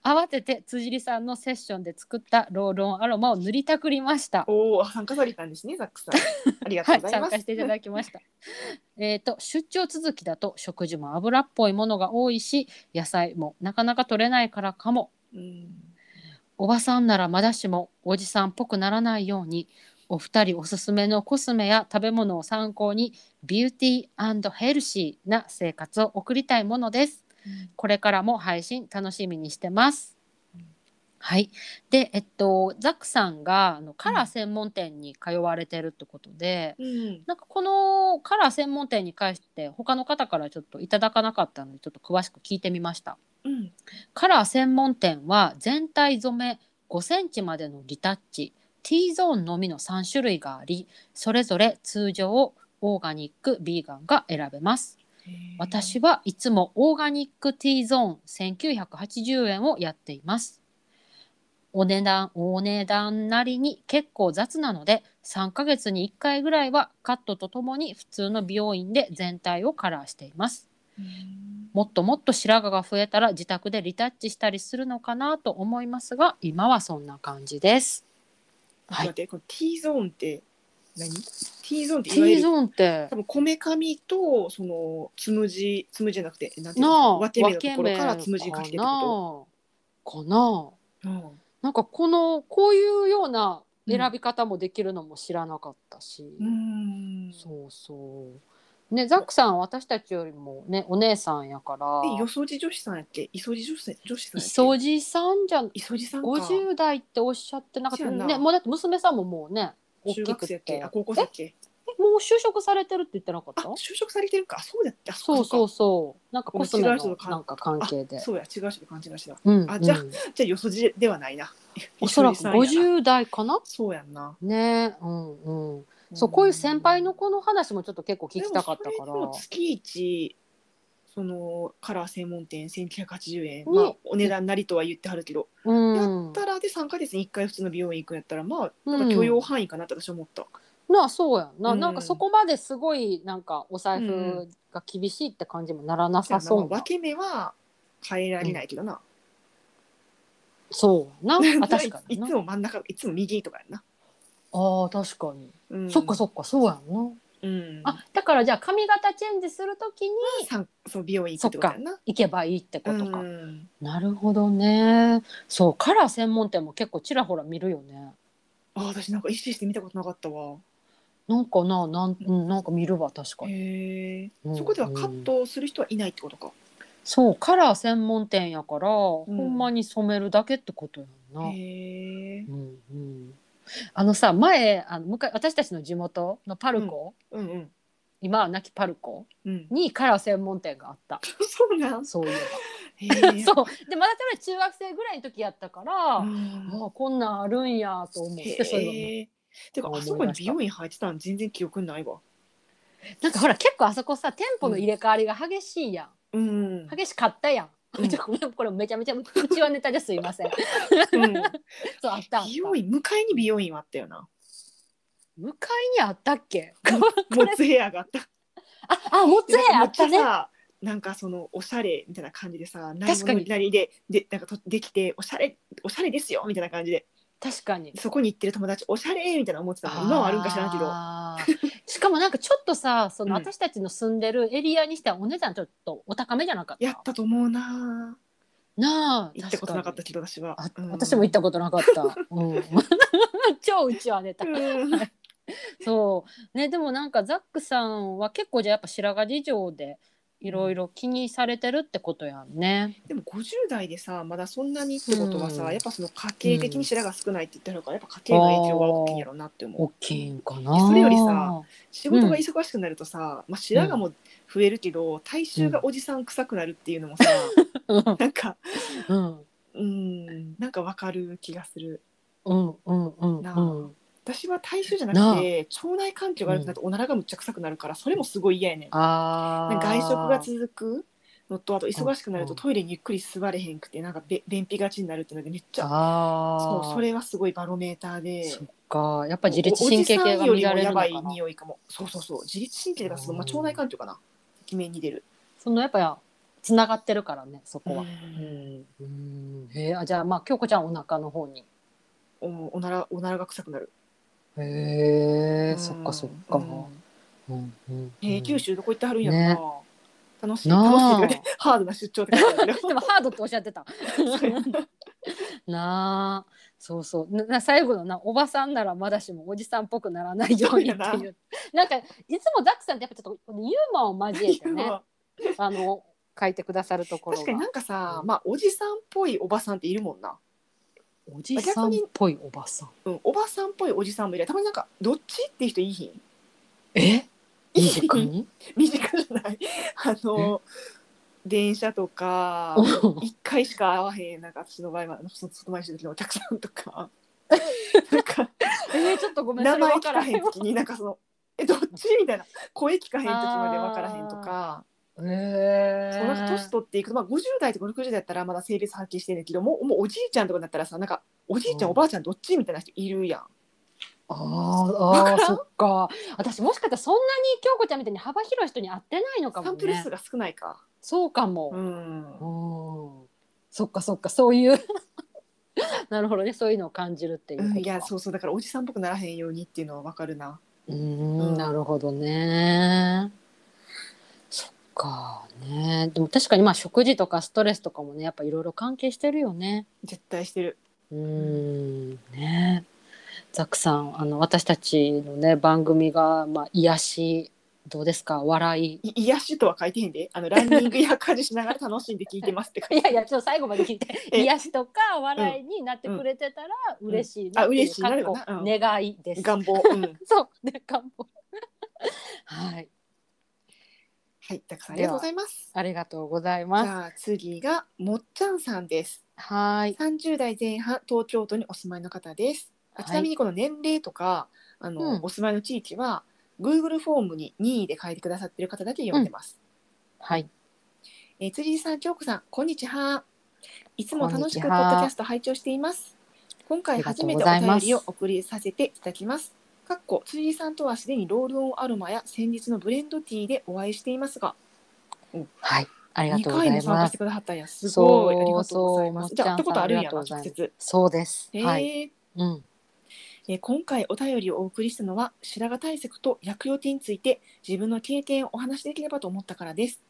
A: 慌てて辻里さんのセッションで作ったロールオンアロマを塗りたくりました。
B: おお、参加されたんですね、ザッ クさん。ありがと
A: は
B: う
A: い、
B: ございま
A: 参加
B: す。
A: していただきました。えっと出張続きだと食事も油っぽいものが多いし野菜もなかなか取れないからかも
B: うん。
A: おばさんならまだしもおじさんっぽくならないようにお二人おすすめのコスメや食べ物を参考にビューティーヘルシーな生活を送りたいものです。これからも配信楽しみにしてます。はい、で、えっと、ザックさんがあのカラー専門店に通われてるってことで、
B: うん。
A: なんかこのカラー専門店に関して他の方からちょっといただかなかったのでちょっと詳しく聞いてみました。
B: うん。
A: カラー専門店は全体染め5センチまでのリタッチ T ゾーンのみの3種類がありそれぞれ通常オーガニックビーガンが選べます。私はいつもオーガニック T ゾーン1980円をやっていますお値段お値段なりに結構雑なので3ヶ月に1回ぐらいはカットとともに普通の美容院で全体をカラーしています
B: うん。
A: もっともっと白髪が増えたら自宅でリタッチしたりするのかなと思いますが今はそんな感じですは
B: はい、待
A: い
B: って、この T ゾーンって何 ?T ゾーンっていわ
A: T
B: ゆる
A: ゾーンって
B: 多分こめかみとそのつむじつむじじゃなくてなんていう
A: な
B: の
A: あ
B: 分け目のところから
A: 分
B: つ
A: け
B: む
A: 目
B: じにかけてってこ
A: かなかな
B: と、うん
A: なんかこのこういうような選び方もできるのも知らなかったし、
B: うん
A: そうそうねザックさんは私たちよりもねお姉さんやから
B: でよそじ女子さんやっけいそじ女子さん女子さんやっけ
A: 磯路さんじゃん
B: いそじさんか
A: 50代っておっしゃってなかった
B: そうやな
A: ねもうだって娘さんももうね大
B: 中
A: き
B: 学
A: く
B: 生
A: て
B: やっけあ高校生やっけ
A: えもう就職されてるって言ってなかっ
B: あ
A: た
B: 就職されてるかあそうだってあ
A: そう
B: か
A: そうそうなんかコスメの
B: ごめん違う人とか
A: なんか関係
B: あ
A: で
B: そうや違う人と勘違いしてた
A: うん
B: あじゃあ
A: うん
B: じゃあよそじではないな
A: おそら
B: い
A: く
B: そじさんやな
A: 50代かな
B: そうやんな
A: ねうんうんそうこういう先輩の子の話もちょっと結構聞きたかったか
B: でもそれでも
A: ら
B: 月一そのカラー専門店1980円、
A: お
B: まあ、お値段なりとは言ってはるけど、
A: うん
B: やっ。たらで3ヶ月に1回普通の美容院行くんやったらまあ
A: うん
B: なんか許容範囲かなって私は思った、
A: なあそうやんな、
B: うん
A: なんかそこまですごいなんかお財
B: うんう
A: 布が厳しいって感じもならな
B: そう
A: さ
B: や
A: そ
B: なまあ
A: うな、
B: 分け目は変えられないけどな、
A: そうや なあ確か
B: い
A: に
B: つ
A: な
B: も真ん中いつも右とかやな、
A: あー確かに、
B: うん、
A: そっかそっかそうやんな、
B: うん、
A: あだからじゃあ髪型チェンジするときに
B: さんそう美容院行くってことやな
A: 行けばいいってことか、
B: うん
A: なるほどねそうカラー専門店も結構ちらほら見るよね
B: あ私なんか意識して見たことなかったわ
A: なんかななん,、うん、なんか見るわ確かに、
B: へえ
A: うん
B: そこではカットをする人はいないってことか、
A: そうカラー専門店やから、
B: ん
A: ほんまに染めるだけってことやんな、
B: へえ
A: うんうんあのさ前あの昔私たちの地元のパルコ、
B: うんうん
A: 今は亡きパルコ
B: うん、
A: にカラー専門店があった
B: そうなん
A: そういえ
B: へ
A: ば
B: え
A: そうでまだ多分中学生ぐらいの時やったから、
B: うん
A: もうこんなんあるんやと思っ
B: へ
A: てそういえば
B: えてか
A: 思い
B: あ
A: 出した
B: そこに美容院入ってたん全然記憶にないわ
A: なんかほら結構あそこさ店舗の入れ替わりが激しいやん、
B: うん、うん、
A: 激しかったやん、
B: うん
A: ちょごめ んこれめちゃめちゃうちはネタですいません そうあったあった
B: 美容院向かいに美容院はあったよな
A: 向かいにあったっけ
B: モ ッツヘアがあった
A: ああもつへあったね
B: なんかさなんかそのおしゃれみたいな感じでさ
A: 確かに
B: なりででなんかとできておしゃれおしゃれですよみたいな感じで
A: 確かに
B: そこに行ってる友達おしゃれみたいな思ってたもん今はあるんか知らんけど
A: ど。 しかもなんかちょっとさ、その
B: うん
A: 私たちの住んでるエリアにしてはお値段ちょっとお高めじゃなかった。
B: やったと思うな
A: なあ、
B: 行ったことなかった
A: 確
B: けど私は
A: かに。あ、私も行ったことなか った。うん、 超うちはネタ。
B: うんうん
A: そうね、でもなんかザックさんは結構じゃあやっぱ白髪事情でいろいろ気にされてるってことやんね。
B: でも50代でさまだそんなにってことはさ、
A: うん
B: やっぱその家計的に白が少ないって言ってるからやっぱ家計の影響は大きいんやろうなって思う
A: 大きいんかな。
B: それよりさ、仕事が忙しくなるとさ、まあ、白髪も増えるけど体臭がおじさん臭くなるっていうの もさ、
A: うん
B: なんか
A: うん
B: うんなんかわかる気がする
A: うんうんうん
B: な
A: うん。
B: 私は体臭じゃなくて腸内環境が悪くなっておならがむっちゃ臭くなるからそれもすごい嫌やねん
A: あ
B: なん
A: あ。
B: か外食が続くのとあと忙しくなる
A: う
B: と
A: ん
B: トイレにゆっくり座れへんくてなんかべ便秘がちになるっていうのでめっちゃ
A: ああ。
B: そうそれはすごいバロメーターで
A: そっか、やっぱ自律神経系が
B: お
A: 乱
B: じさん
A: れ
B: よりも
A: る
B: や
A: のか
B: ばい
A: な。
B: 匂いかもそうそうそう自律神経がその、まあ、腸内環境かなイ面に出る
A: そのやっぱつながってるからね、そこは。
B: うん
A: うん、へえ、あ、じゃあ、まあ、京子ちゃん、お腹の方に。
B: おおならおならが臭くなる
A: へえ、そっか、そっか。うん、うん。
B: えー、九
A: 州。
B: 州どこ行ってはるんやろな、
A: ね
B: 楽しい
A: な
B: 楽しい
A: あ
B: ってかね ハードな出張って感じだけど
A: でも、ハードっておっしゃってた。 なあ。そうそう、なな、最後のな、おばさんなら、まだしも、おじさんっぽくならないようにって
B: そう
A: い
B: や
A: う。なんか、いつもザックさんって、やっぱちょっと、ユーモアを交え てね、あの、書いてくださるところ
B: 確かに
A: が。
B: なんかさ、まあ、おじさんっぽいおばさんっているもんな、
A: おじさんっぽいおばさん。
B: うん、おばさんっぽいおじさんもいるたまになんかどっちっていう人いいひん
A: え。
B: いい
A: 身近 に。
B: 身近じゃない あの電車とか一回しか会わへんなんか私の場合はその外回りしてる時のお客さん とかなんか
A: えー、ちょっとごめん
B: 名
A: それ
B: 前
A: わ
B: 聞
A: から
B: か
A: へ
B: へ
A: ん
B: ん時になんかその「えどっち?」みたいな声聞かへん時まで分からへんとか。
A: へ
B: そうなんか年取っていくと、まあ、50代とか60代だったらまだ性別発揮してるけどもうもうおじいちゃんとかになったらさなんかおじいちゃ
A: う
B: ん、
A: ん
B: おばあちゃんどっちみたいな人いるやん。
A: あーあーそっか私もしかしたらそんなに京子ちゃんみたいに幅広い人に会ってないのか
B: サ
A: も
B: ンプル
A: ね
B: 数が少ないか。
A: そうか
B: う、
A: も、うんん、そっかそっかそういう なるほどねそういうのを感じるっていうことか
B: いやそうそうだからおじさんっぽくならへんようにっていうのはわかるな。
A: うー
B: うんん
A: なるほどねそっかねでも確かにまあ食事とかストレスとかもねやっぱいろいろ関係してるよね
B: 絶対してる。
A: うーんねザックさんあの私たちのね番組が、まあ、癒しどうですか笑い
B: い癒しとは書いてへんであのランニングや家事しながら楽しんで聞いてますって書 い
A: い
B: て
A: やいやちょっと最後まで聞いて
B: え
A: 癒しとか笑いになってくれてたら
B: ん
A: 嬉しいなって
B: あ
A: い
B: 嬉
A: う
B: しいなるよ
A: か
B: な
A: っこ
B: うん
A: 願いです。
B: 願望、うん、は
A: そうね願望 はい
B: いたくさんありがとうございます。
A: ありがとうござい
B: じ
A: ます。
B: ゃあ次がもっちゃんさんです。
A: はい
B: 30代前半東京都にお住まいの方です。あ
A: はい
B: ちなみにこの年齢とか、あの
A: うん
B: お住まいの地域は Google フォームに任意で書いてくださっている方だけ読んでます。
A: はい
B: えー、辻井さん、京子さん、こんにちは。いつも楽しく
A: こんにち
B: ポ
A: は
B: ッドキャスト拝聴しています。今回初めてお
A: ありがとうございま
B: 便
A: す
B: りを送りさせていただきます。かっこ辻井さんとはすでにロールオンアロマや先日のブレンドティーでお会いしていますが、
A: はい、ありが
B: 二
A: とうござ
B: 回も
A: い
B: 参加
A: ま
B: して
A: す。
B: くださったんや。すごい、
A: そう
B: ありがとうございます。
A: そう
B: じゃあ、
A: まっ
B: っ
A: ちゃんさ
B: て
A: ん
B: ことあるんやな、
A: ありがとうござい
B: 直
A: ます
B: 接。
A: そうです。
B: えー
A: はい、うん、
B: えー今回お便りをお送りしたのは白髪対策と薬用手について自分の経験をお話しできればと思ったからです。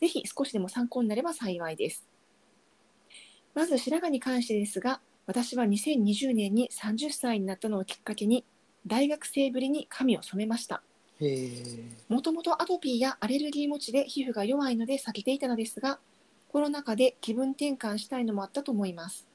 B: ぜひ少しでも参考になれば幸いです。まず白髪に関してですが、私は2020年に30歳になったのをきっかけに大学生ぶりに髪を染めました。
A: へえ、
B: もともとアトピーやアレルギー持ちで皮膚が弱いので避けていたのですが、コロナ禍で気分転換したいのもあったと思います。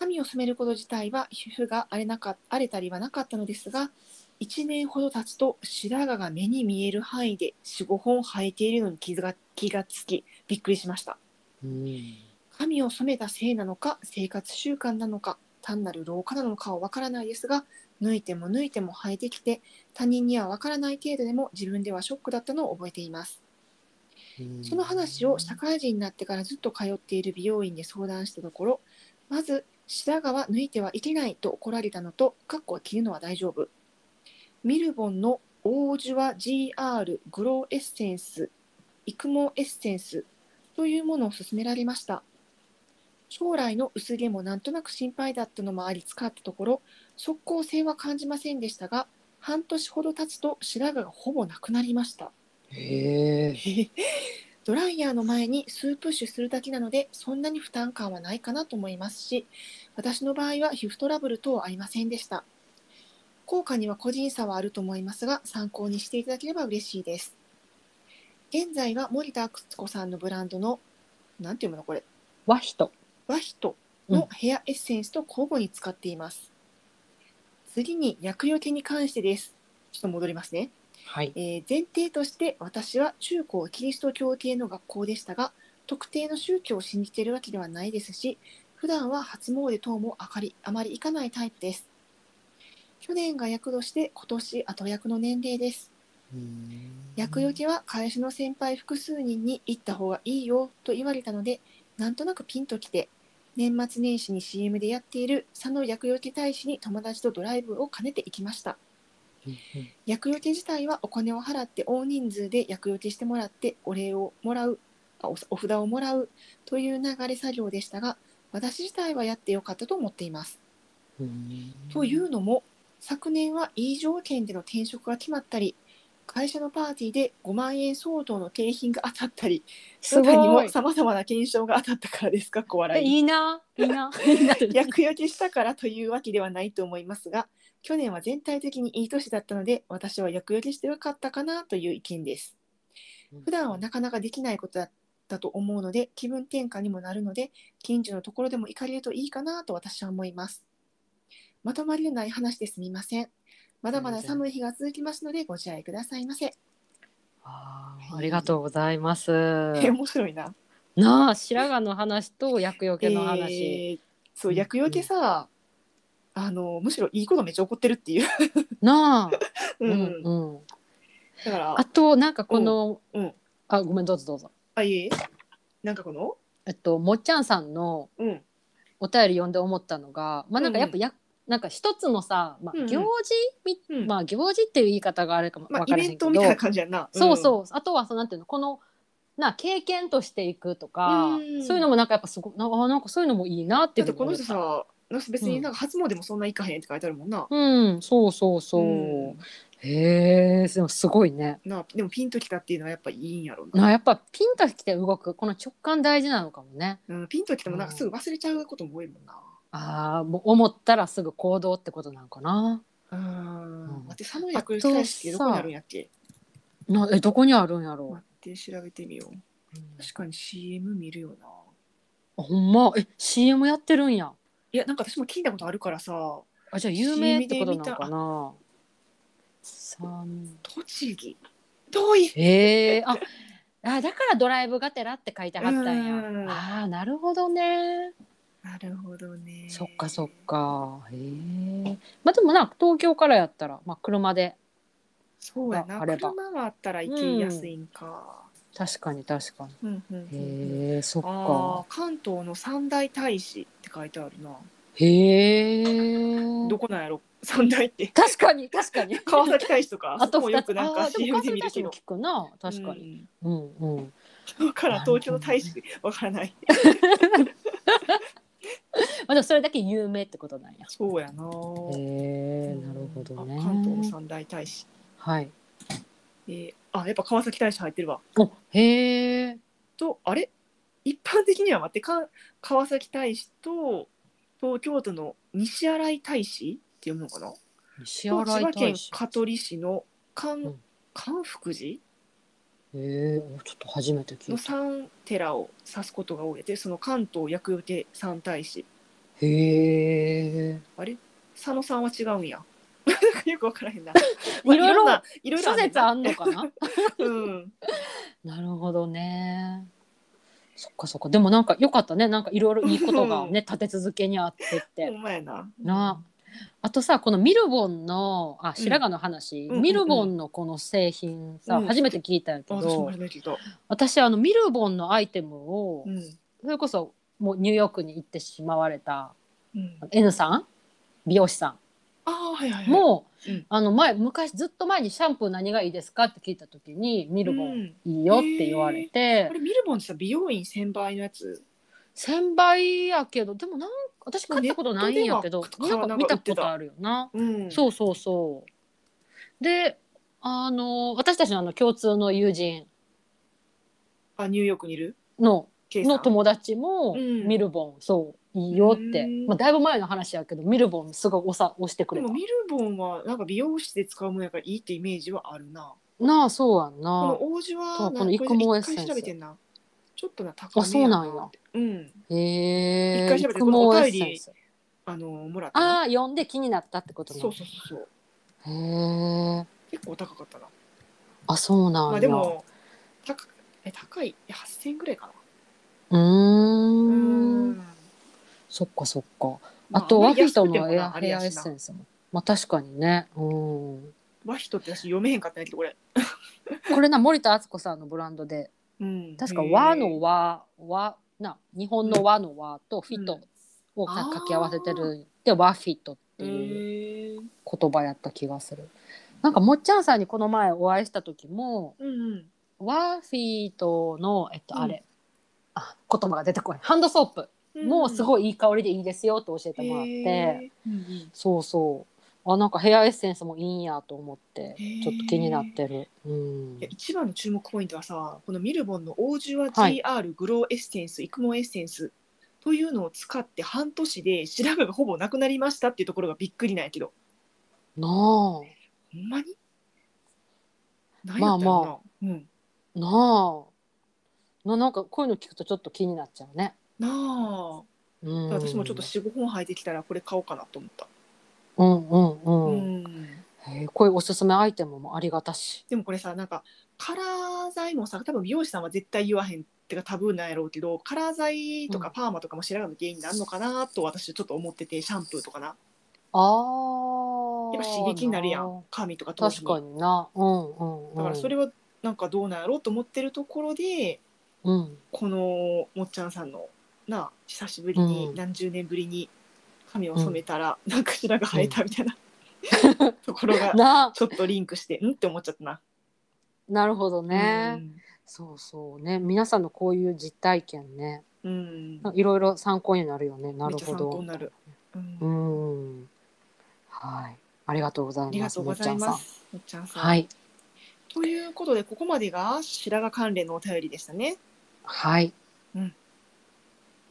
B: 髪を染めること自体は皮膚が荒れなか荒れたりはなかったのですが、1年ほど経つと白髪が目に見える範囲で4、5本生えているのに気が気がつき、びっくりしました。
A: うん、
B: 髪を染めたせいなのか生活習慣なのか単なる老化なのかはわからないですが抜いても抜いても生えてきて他人にはわからない程度でも自分ではショックだったのを覚えています
A: うん
B: その話を社会人になってからずっと通っている美容院で相談したところまず白髪は抜いてはいけないと怒られたのとカッコは切るのは大丈夫ミルボンのオージュア GR グローエッセンス育毛エッセンスというものを勧められました将来の薄毛もなんとなく心配だったのもあり使ったところ即効性は感じませんでしたが半年ほど経つと白髪がほぼなくなりました
A: へえ、
B: ドライヤーの前に数プッシュするだけなのでそんなに負担感はないかなと思いますし私の場合は皮膚トラブル等はありませんでした効果には個人差はあると思いますが参考にしていただければ嬉しいです現在は森田敦子さんのブランドのなんていうのこれ
A: 和人、
B: ワヒトのヘアエッセンスと交互に使っています、次に薬用系に関してですちょっと戻りますね
A: はい、
B: えー前提として私は中高キリスト教系の学校でしたが特定の宗教を信じているわけではないですし普段は初詣等もあかりあまり行かないタイプです去年が役として今年後役の年齢です薬よけは会社の先輩複数人に行った方がいいよと言われたのでなんとなくピンときて年末年始に CM でやっている佐野薬よけ大使に友達とドライブを兼ねて行きました
A: うんうん
B: 薬よけ自体はお金を払って大人数で薬よけしてもらってお礼をもらうあおお札をもらうという流れ作業でしたが私自体はやってよかったと思っています
A: うん
B: というのも昨年はいい条件での転職が決まったり会社のパーティーで5万円相当の景品が当たったり
A: す
B: その
A: ご
B: 他にも
A: い。
B: さまざまな検証が当たったからですか小笑い
A: いいな、いい な。
B: 薬よけしたからというわけではないと思いますが去年は全体的にいい年だったので私は薬よけしてよかったかなという意見です普段はなかなかできないことだったと思うので気分転換にもなるので近所のところでも行かれるといいかなと私は思いますまとまりのない話ですみませんまだまだ寒い日が続きますのでご自愛くださいませ、
A: あーありがとうございます。
B: 面白いな
A: なあ、白髪の話と厄除けの話。
B: えーそ
A: うんうん
B: う薬よけさ、あのむしろいいことめっちゃ起こってるっていう、
A: なあ、
B: う
A: うん
B: ん、
A: うん。
B: だから
A: あとなんかこの、
B: うんうん
A: あごめんどうぞどうぞ。
B: あいえなんかこの
A: えっともっちゃんさんの
B: うん
A: お便り読んで思ったのが、まあなんかやっぱや、なんか一つのさ、まあ
B: うんうん
A: 行事み、
B: うん
A: まあ行事っていう言い方があるかも
B: まあ
A: わ
B: イ
A: からへ
B: ベ
A: んけ
B: ン
A: ど、
B: トみたいな感じやんな、
A: そうそう。あとはそうなんていうのこのな経験としていくとか、
B: うん
A: そういうのもなんかやっぱすごなあなんかそういうのもいいなって
B: だ
A: いう
B: って
A: ふう
B: こ
A: に思っ
B: の
A: た
B: 人さなんか別になんか初詣もそんな行かへんって書いてあるもんな、
A: うん、そうそうそう。
B: うん
A: へえ、でもすごいね。
B: なあでもピンときたっていうのはやっぱいいんやろうな、
A: なやっぱピンときて動くこの直感大事なのかもね。
B: うん、ピンときてもなんかすぐ忘れちゃうことも多いもんな
A: ああ、もう思ったらすぐ行動ってことなんかな。
B: うん
A: うん
B: 待って佐野薬よけ大使ってどこにあるんやっけ
A: なえどこにあるんやろ
B: 待って調べてみよう
A: う。
B: 確かに CM 見るよな
A: あほんまえ CM やってるんや。
B: いやなんか私も聞いたことあるからさ
A: あじゃあ有名ってことなのかな。三
B: 栃木遠い
A: へえああだからドライブがてらって書いてはったんや。
B: うん
A: ああなるほどね。
B: なるほどね
A: そっかそっか。へえ。まあでもな東京からやったらまあ車で
B: そうやな
A: あれば
B: 車があったら行きやすいんか、
A: 確かに確か
B: うんうんうんう
A: に。
B: ん
A: へえ、そっ
B: あ
A: か。
B: ー関東の三大大使って書いてあるな。
A: へえ。
B: どこなんやろ三大って。
A: 確かに確かに。
B: 川崎大使とか、
A: あと
B: そこも
A: 二つ。
B: よ
A: あ
B: くなんか
A: ーでも
B: CM で
A: 関
B: 見
A: 西
B: る
A: 大
B: け
A: 使も。聞
B: ど
A: くな。確かに。
B: に。
A: うんうん。
B: だから東京大使わからない。
A: まあでもそれだけ有名ってことなんや。
B: そうやな。
A: へえ、なるほどね
B: あ。関東の三大大使。
A: はい。
B: えーあ、やっぱ川崎大使入ってるわ。
A: お、へえ。
B: と、あれ一般的には待って、か川崎大使と東京都の西新井大使って読むのかな
A: 西
B: と
A: 新
B: 千葉
A: 井
B: 県
A: 大使。
B: 香取市の
A: う
B: 関
A: ん
B: 関福寺
A: へえ、おちょっと初めて聞
B: の
A: いた。
B: 三寺を指すことが多いでその関東厄除け三大使
A: へえ。
B: 佐野さんは違うんや よくわからへんな
A: いろいろ
B: んないろいろ
A: 諸
B: ねん
A: 説
B: な
A: あんのか な。
B: うん
A: なるほどね。そっかそっか。でもなんか良かったね。なんかいろいろいいことがね、立て続けにあってって。
B: ほんまやな
A: なあとさこのミルボンのあ白髪の
B: ん
A: 話、
B: うんうん
A: ミルボンのこの製品さ、
B: うん
A: 初めて聞いたんやけ
B: あ
A: ど、
B: 私も初めて聞いた、
A: 私あのミルボンのアイテムを、
B: うん
A: それこそもうニューヨークに行ってしまわれた
B: うん、
A: N さん美容師さ
B: あーはいはい
A: ん
B: はい
A: も、
B: うん
A: あの前昔ずっと前に「シャンプー何がいいですか?」って聞いた時に「ミルボ
B: う
A: ン
B: ん
A: いいよ」って言われて
B: こ、れミルボンってさ美容院専売のやつ
A: 1000倍やけどでもなんか私買ったことないんやけど
B: ネットで
A: な
B: は
A: んか見たことあるよな。
B: うんう
A: そうそうそう。で、あの私たちのあの共通の友人
B: あニューヨークにいる
A: の
B: K さん
A: の友達も、
B: うん
A: ミルボンそういいよって
B: うん、
A: まあだいぶ前の話やけどミルボンすごい押さ押してく
B: で
A: れた。
B: もミルボンはなんか美容室で使うものやからいいってイメージはあるな
A: なあそうやん
B: こ
A: な
B: の。王子は
A: そう
B: な
A: この育毛エッセンス
B: 一回調べてんなちょっとな高
A: あ
B: め
A: そうなんや。
B: うん
A: へえ。
B: 一回調べて
A: 育
B: このお
A: 毛エ
B: 便
A: ッ
B: り
A: センス。
B: あのもらったの
A: ああ読んで気になったってことね。
B: そうそうそうそう
A: へえ。
B: 結構高かったな
A: あそうなんや。
B: まあでも高え高いえ8000円ぐらいかな
A: う
B: う
A: ーん。
B: ま
A: そっかそっか。
B: あ
A: あとワフィト
B: あんまり安くても
A: のエア
B: なあれ
A: ヘ
B: や
A: アエッ
B: しな
A: センスも。まあ確かにね。うん。
B: ワヒトって私読めへんかったんやけどこれ
A: これな森田敦子さんのブランドで
B: うん
A: 確か
B: へー
A: 和の和和な日本の和の和とフィットを
B: うんあ
A: か
B: ー
A: 掛け合わせてるで和フィットって
B: へ
A: いう
B: ー
A: 言葉やった気がするなんかもっちゃんさんにこの前お会いした時も
B: うんうん
A: 和フィットのえっと
B: うん
A: あれ、あ言葉が出てこないハンドソープ
B: うん
A: もすごいいい香りでいいですよと教えてもらって、
B: へーうんうん
A: そうそうあなんかヘアエッセンスもいいんやと思って
B: ー
A: ちょっと気になってる、うん
B: いや、一番の注目ポイントはさこのミルボンのオージュア
A: はい
B: GR グローエッセンス、育毛エッセンスというのを使って半年で白髪がほぼなくなりましたっていうところがびっくりなんやけど
A: なあ
B: ほんまに何やった
A: ま
B: よな、うん、
A: なあななんかこういうの聞くとちょっと気になっちゃうね。
B: なあ
A: うん、
B: 私もちょっと45本履いてきたらこれ買おうかなと思った、
A: うんうん
B: う
A: うん、
B: ん、
A: へえこういうおすすめアイテムもありがたし
B: でもこれさなんかカラー剤もさ多分美容師さんは絶対言わへんってかタブーなんやろうけどカラー剤と
A: う
B: か
A: ん
B: パーマとかも白髪の原因になるのかなと私ちょっと思っててシャンプーとかな
A: あー
B: やっぱ刺激になるやん髪とか頭皮
A: 確かになうんうん、うん、
B: だからそれはなんかどうなんやろうと思ってるところで
A: うん
B: このもっちゃんさんのなあ久しぶりに、
A: うん
B: 何十年ぶりに髪を染めたら、なんか白が生えたみたいな、 ところが
A: な
B: ちょっとリンクしてんって思っちゃったな。
A: なるほどね、そうそうね皆さんのこういう実体験ね
B: うん、うん、めっ
A: いろいろ参考になるよねなる
B: ちゃ参
A: ほ
B: 考
A: ど
B: になる。うん
A: うんはいありがとうござい
B: あ
A: ます
B: りがとうござ
A: も
B: い
A: っちゃん
B: ま
A: さん
B: す。もっちゃんさん。
A: はい
B: ということでここまでが白髪関連のお便りでしたね。
A: はい。
B: うん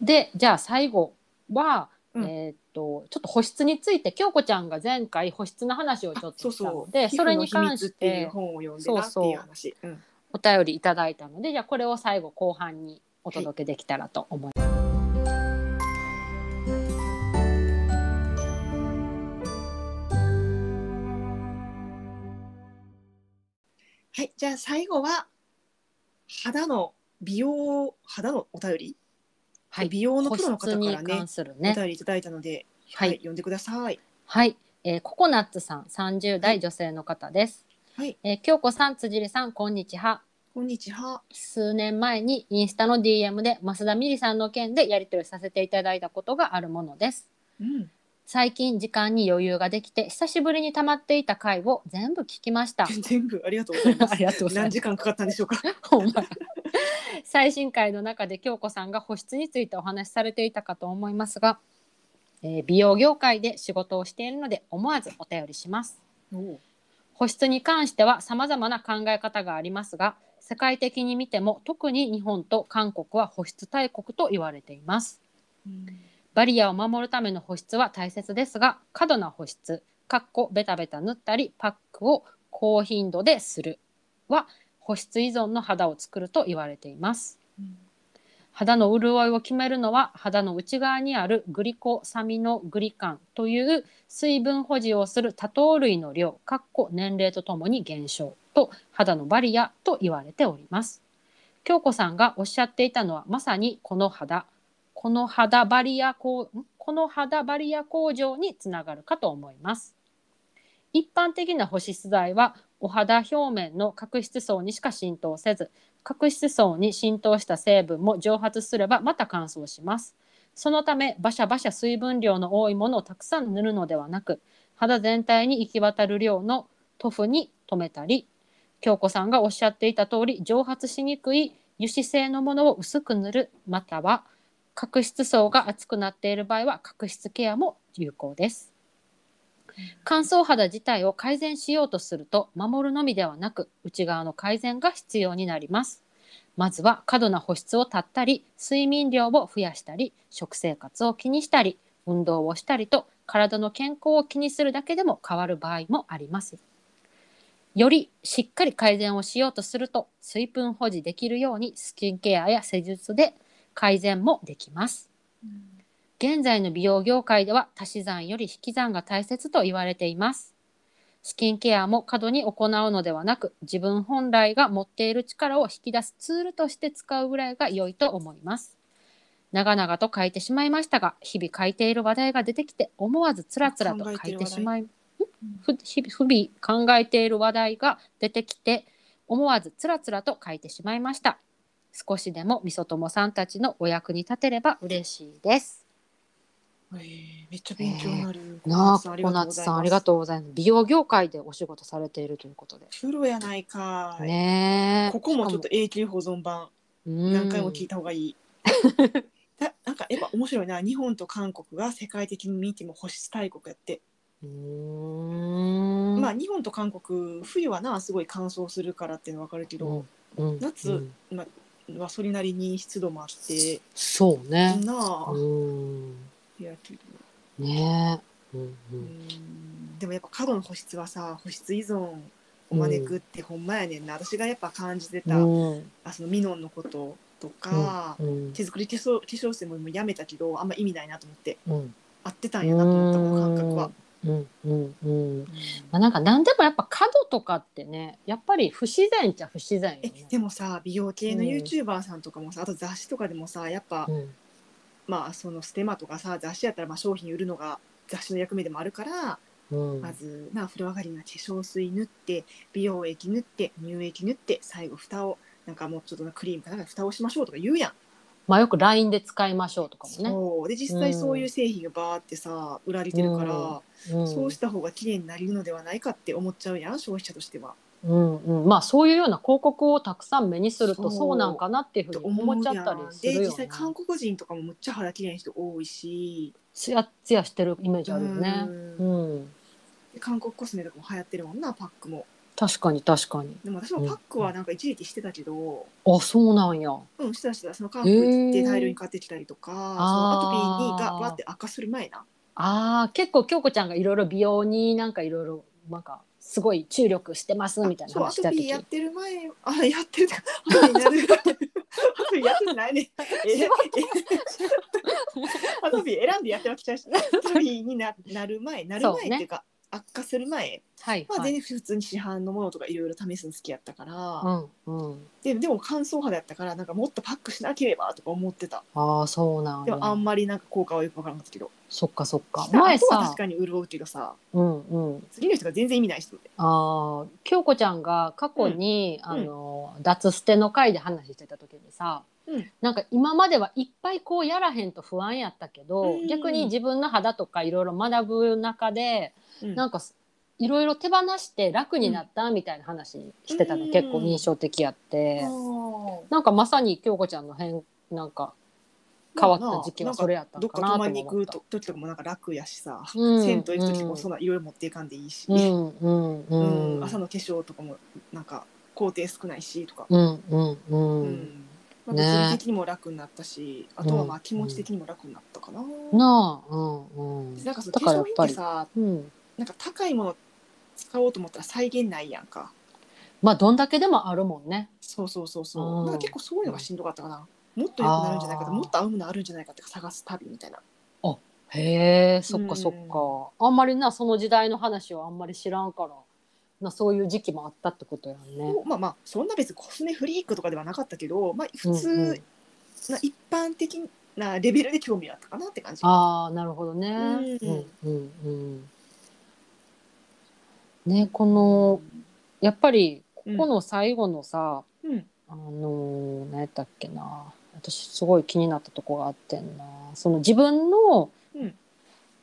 A: でじゃあ最後は、
B: うん
A: えーっとちょっと保湿についいて京子ちゃんが前回保湿の話をちょっと
B: そう
A: した
B: そ
A: の
B: う。
A: でそれに
B: 皮膚の秘
A: 関
B: 密っ
A: して
B: いう
A: て
B: 本を読んでなっていう話。うん
A: お便りいただいたのでじゃあこれを最後後半にお届けできたらと思います。
B: はい、じゃあ最後は肌の美容肌のお便り、
A: はい、
B: 美容のプロの
A: 保湿
B: 方か
A: に
B: らね
A: 関する
B: お
A: ね。
B: 便りいただいたので、
A: はい
B: 読んでください。
A: はい、えーココナッツさん、30代女性の方です。
B: はい、
A: えー京子さん、辻里さん、こんにちは。
B: こんにちは。
A: 数年前にインスタの DM で増田みりさんの件でやり取りさせていただいたことがあるものです
B: うん。
A: 最近時間に余裕ができて久しぶりに溜まっていた回を全部聞きました
B: 全 部ありがとうございます。
A: りがと
B: 何時間かかったんでしょう か。
A: ほんまや最新回の中で京子さんが保湿についてお話しされていたかと思いますが、えー美容業界で仕事をしているので思わずお便りします保湿に関しては様々な考え方がありますが世界的に見ても特に日本と韓国は保湿大国と言われています
B: うん
A: バリアを守るための保湿は大切ですが過度な保湿かっこベタベタ塗ったりパックを高頻度でするは保湿依存の肌を作ると言われています肌の潤いを決めるのは肌の内側にあるグリコサミノグリカンという水分保持をする多糖類の量かっこ年齢とともに減少と肌のバリアと言われております京子さんがおっしゃっていたのはまさにこの肌この肌バリアこうんこの肌バリア向上につながるかと思います一般的な保湿剤はお肌表面の角質層にしか浸透せず角質層に浸透した成分も蒸発すればまた乾燥しますそのためバシャバシャ水分量の多いものをたくさん塗るのではなく肌全体に行き渡る量の塗布に留めたり京子さんがおっしゃっていた通り蒸発しにくい油脂性のものを薄く塗るまたは角質層が厚くなっている場合は角質ケアも有効です乾燥肌自体を改善しようとすると守るのみではなく内側の改善が必要になりますまずは過度な保湿をたったり睡眠量を増やしたり食生活を気にしたり運動をしたりと体の健康を気にするだけでも変わる場合もありますよりしっかり改善をしようとすると水分保持できるようにスキンケアや施術で改善もできます現在の美容業界では足し算より引き算が大切と言われていますスキンケアも過度に行うのではなく自分本来が持っている力を引き出すツールとして使うぐらいが良いと思います長々と書いてしまいましたが日々書いている話題が出てきて思わずつらつらと書いてしまいふ日々日々考えている話題が出てきて思わずつらつらと書いてしまいました少しでもみそともさんたちのお役に立てれば嬉しいです
B: えーめっちゃ勉強になる。
A: なあ
B: 小
A: 小夏さんあり
B: とうございま
A: が
B: す
A: とうございます美容業界でお仕事されているということで、
B: プロやないかい。
A: ねえ
B: ここもちょっと永久保存版何回も聞い
A: た
B: た方がい い。だなんかやっぱ面白いな日本と韓国が世界的に見ても保湿大国やって、
A: うーん
B: まあ日本と韓国冬はなすごい乾燥するからっていうの分かるけど、
A: うん
B: 夏
A: うん
B: まあそれなりに湿度もあって
A: そうね
B: なあ、
A: うーん
B: いやけど
A: ねえ、うんう、
B: うんんでもやっぱ過度の保湿はさ保湿依存を招くってほんまやねんな、私がやっぱ感じてた、
A: うん
B: あそのミノンのこととか、
A: うん
B: 手作り化粧化粧水ももうやめたけどあんま意味ないなと思って
A: うん
B: 合ってたんやなと思ったこの感覚は。
A: うんうんうん
B: うん
A: まあ、なんか何でもやっぱ角とかってねやっぱり不自然っちゃ不自然よ
B: え
A: ね。
B: でもさ美容系の
A: うん
B: YouTuber さんとかもさ、あと雑誌とかでもさやっぱ、
A: うん
B: まあそのステマとかさ雑誌やったらまあ商品売るのが雑誌の役目でもあるから、
A: うん
B: まずな風呂上がりには化粧水塗って美容液塗って乳液塗って最後蓋をなんかもうちょっとなクリームかなんか蓋をしましょうとか言うやん、
A: まあ、よく LINE で使いましょうとかもね。
B: そうで実際そういう製品がバーってさ売られてるから、
A: うん
B: そうした方が綺麗になれるのではないかって思っちゃうやん消費者としては。
A: うんうん、まあそういうような広告をたくさん目にすると
B: そう
A: そうなんかなっていうふうに思っちゃったりす
B: で
A: る
B: 実
A: よね
B: 際。韓国人とかもむっちゃ肌綺麗な人多いし、
A: ツヤツヤしてるイメージあるよね。う
B: う
A: んん、
B: で韓国コスメとかも流行ってるもんなパックも
A: 確かに確かに。
B: でも私もパックはなんか一時期してたけど
A: あそうなんや。
B: うん、してたしてたその韓国行って大量に買ってきたりとか、
A: あ
B: そ
A: ー
B: のアトピーにがバって悪化する前な
A: ああ結構京子ちゃんがいろいろ美容になんかいろいろなんかすごい注力してますみたいな
B: そうア
A: 話し
B: ト
A: た
B: ピー
A: 時
B: やってる前あやってるとかアトピーになる アトピーやってないね ええアトピー選んでやってるわけじゃないしアトピーにななる前なる前っていうか悪化する前
A: はい
B: は
A: は
B: 全
A: い。
B: 然普通に市販のものとかいろいろ試すの好きやったから、
A: うんうん。
B: ででも乾燥肌やったからなんかもっとパックしなければとか思ってた
A: ああそうなん
B: で
A: や
B: も。あんまりなんか効果はよくわからなかったけど
A: そっかそっか。前
B: 前さは
A: さ
B: 確、かに潤うけどさ
A: うんうん。
B: 次の人が全然意味ない人で
A: ああ、京子ちゃんが過去に、
B: ん
A: あの脱捨ての回で話してた時にさ、
B: うん
A: なんか今まではいっぱいこうやらへんと不安やったけど、
B: うん
A: 逆に自分の肌とかいろいろ学ぶ中で、
B: うん
A: なんかいろいろ手放して楽になったみたいな話してたの、
B: うん
A: 結構印象的やって、
B: あー
A: なんかまさに京子ちゃんの変なんか変わった時期はそれやった
B: ど
A: の
B: っ
A: か
B: か
A: な
B: 泊
A: と
B: まり
A: も
B: に
A: 思
B: 行
A: っ
B: く
A: た。
B: と時とかもなんか楽やしさ、
A: うん
B: 銭湯行く時もそんないろいろ持っていかんでいいし、
A: うんうんう
B: うん
A: ん
B: 朝の化粧とかもなんか工程少ないしとか、
A: うんうんう。
B: うんんまあ、
A: ね
B: 物理的にも楽になったし、あとはま
A: う
B: あ
A: ん
B: 気持ち的にも楽になったかな。
A: なあ、うんうん。
B: なんかその
A: だ
B: 化
A: からや
B: 粧
A: っ
B: 品
A: ぱ
B: って
A: り、
B: さ
A: うん。
B: なんか高いもの使おうと思ったら再現ないやんか
A: まあどんだけでもあるもんね。
B: そうそうそうそう、
A: うん
B: なんか結構そういうのがしんどかったかなもっと良くなるんじゃないかと
A: あー
B: もっと合うものあるんじゃないかって探す旅みたいな
A: へえ、そっかそっか。あんまりなその時代の話をあんまり知らんから、なそういう時期もあったってことやんね。
B: まあまあそんな別にコスメフリークとかではなかったけど、まあ、普通、
A: うんうん
B: な一般的なレベルで興味があったかなって感じ。
A: ああ、なるほどね。
B: うん
A: うんうんうん。ね、このやっぱりここの最後のさ、
B: うん、
A: あのー何やったっけな私すごい気になったとこがあってんなその自分の
B: うん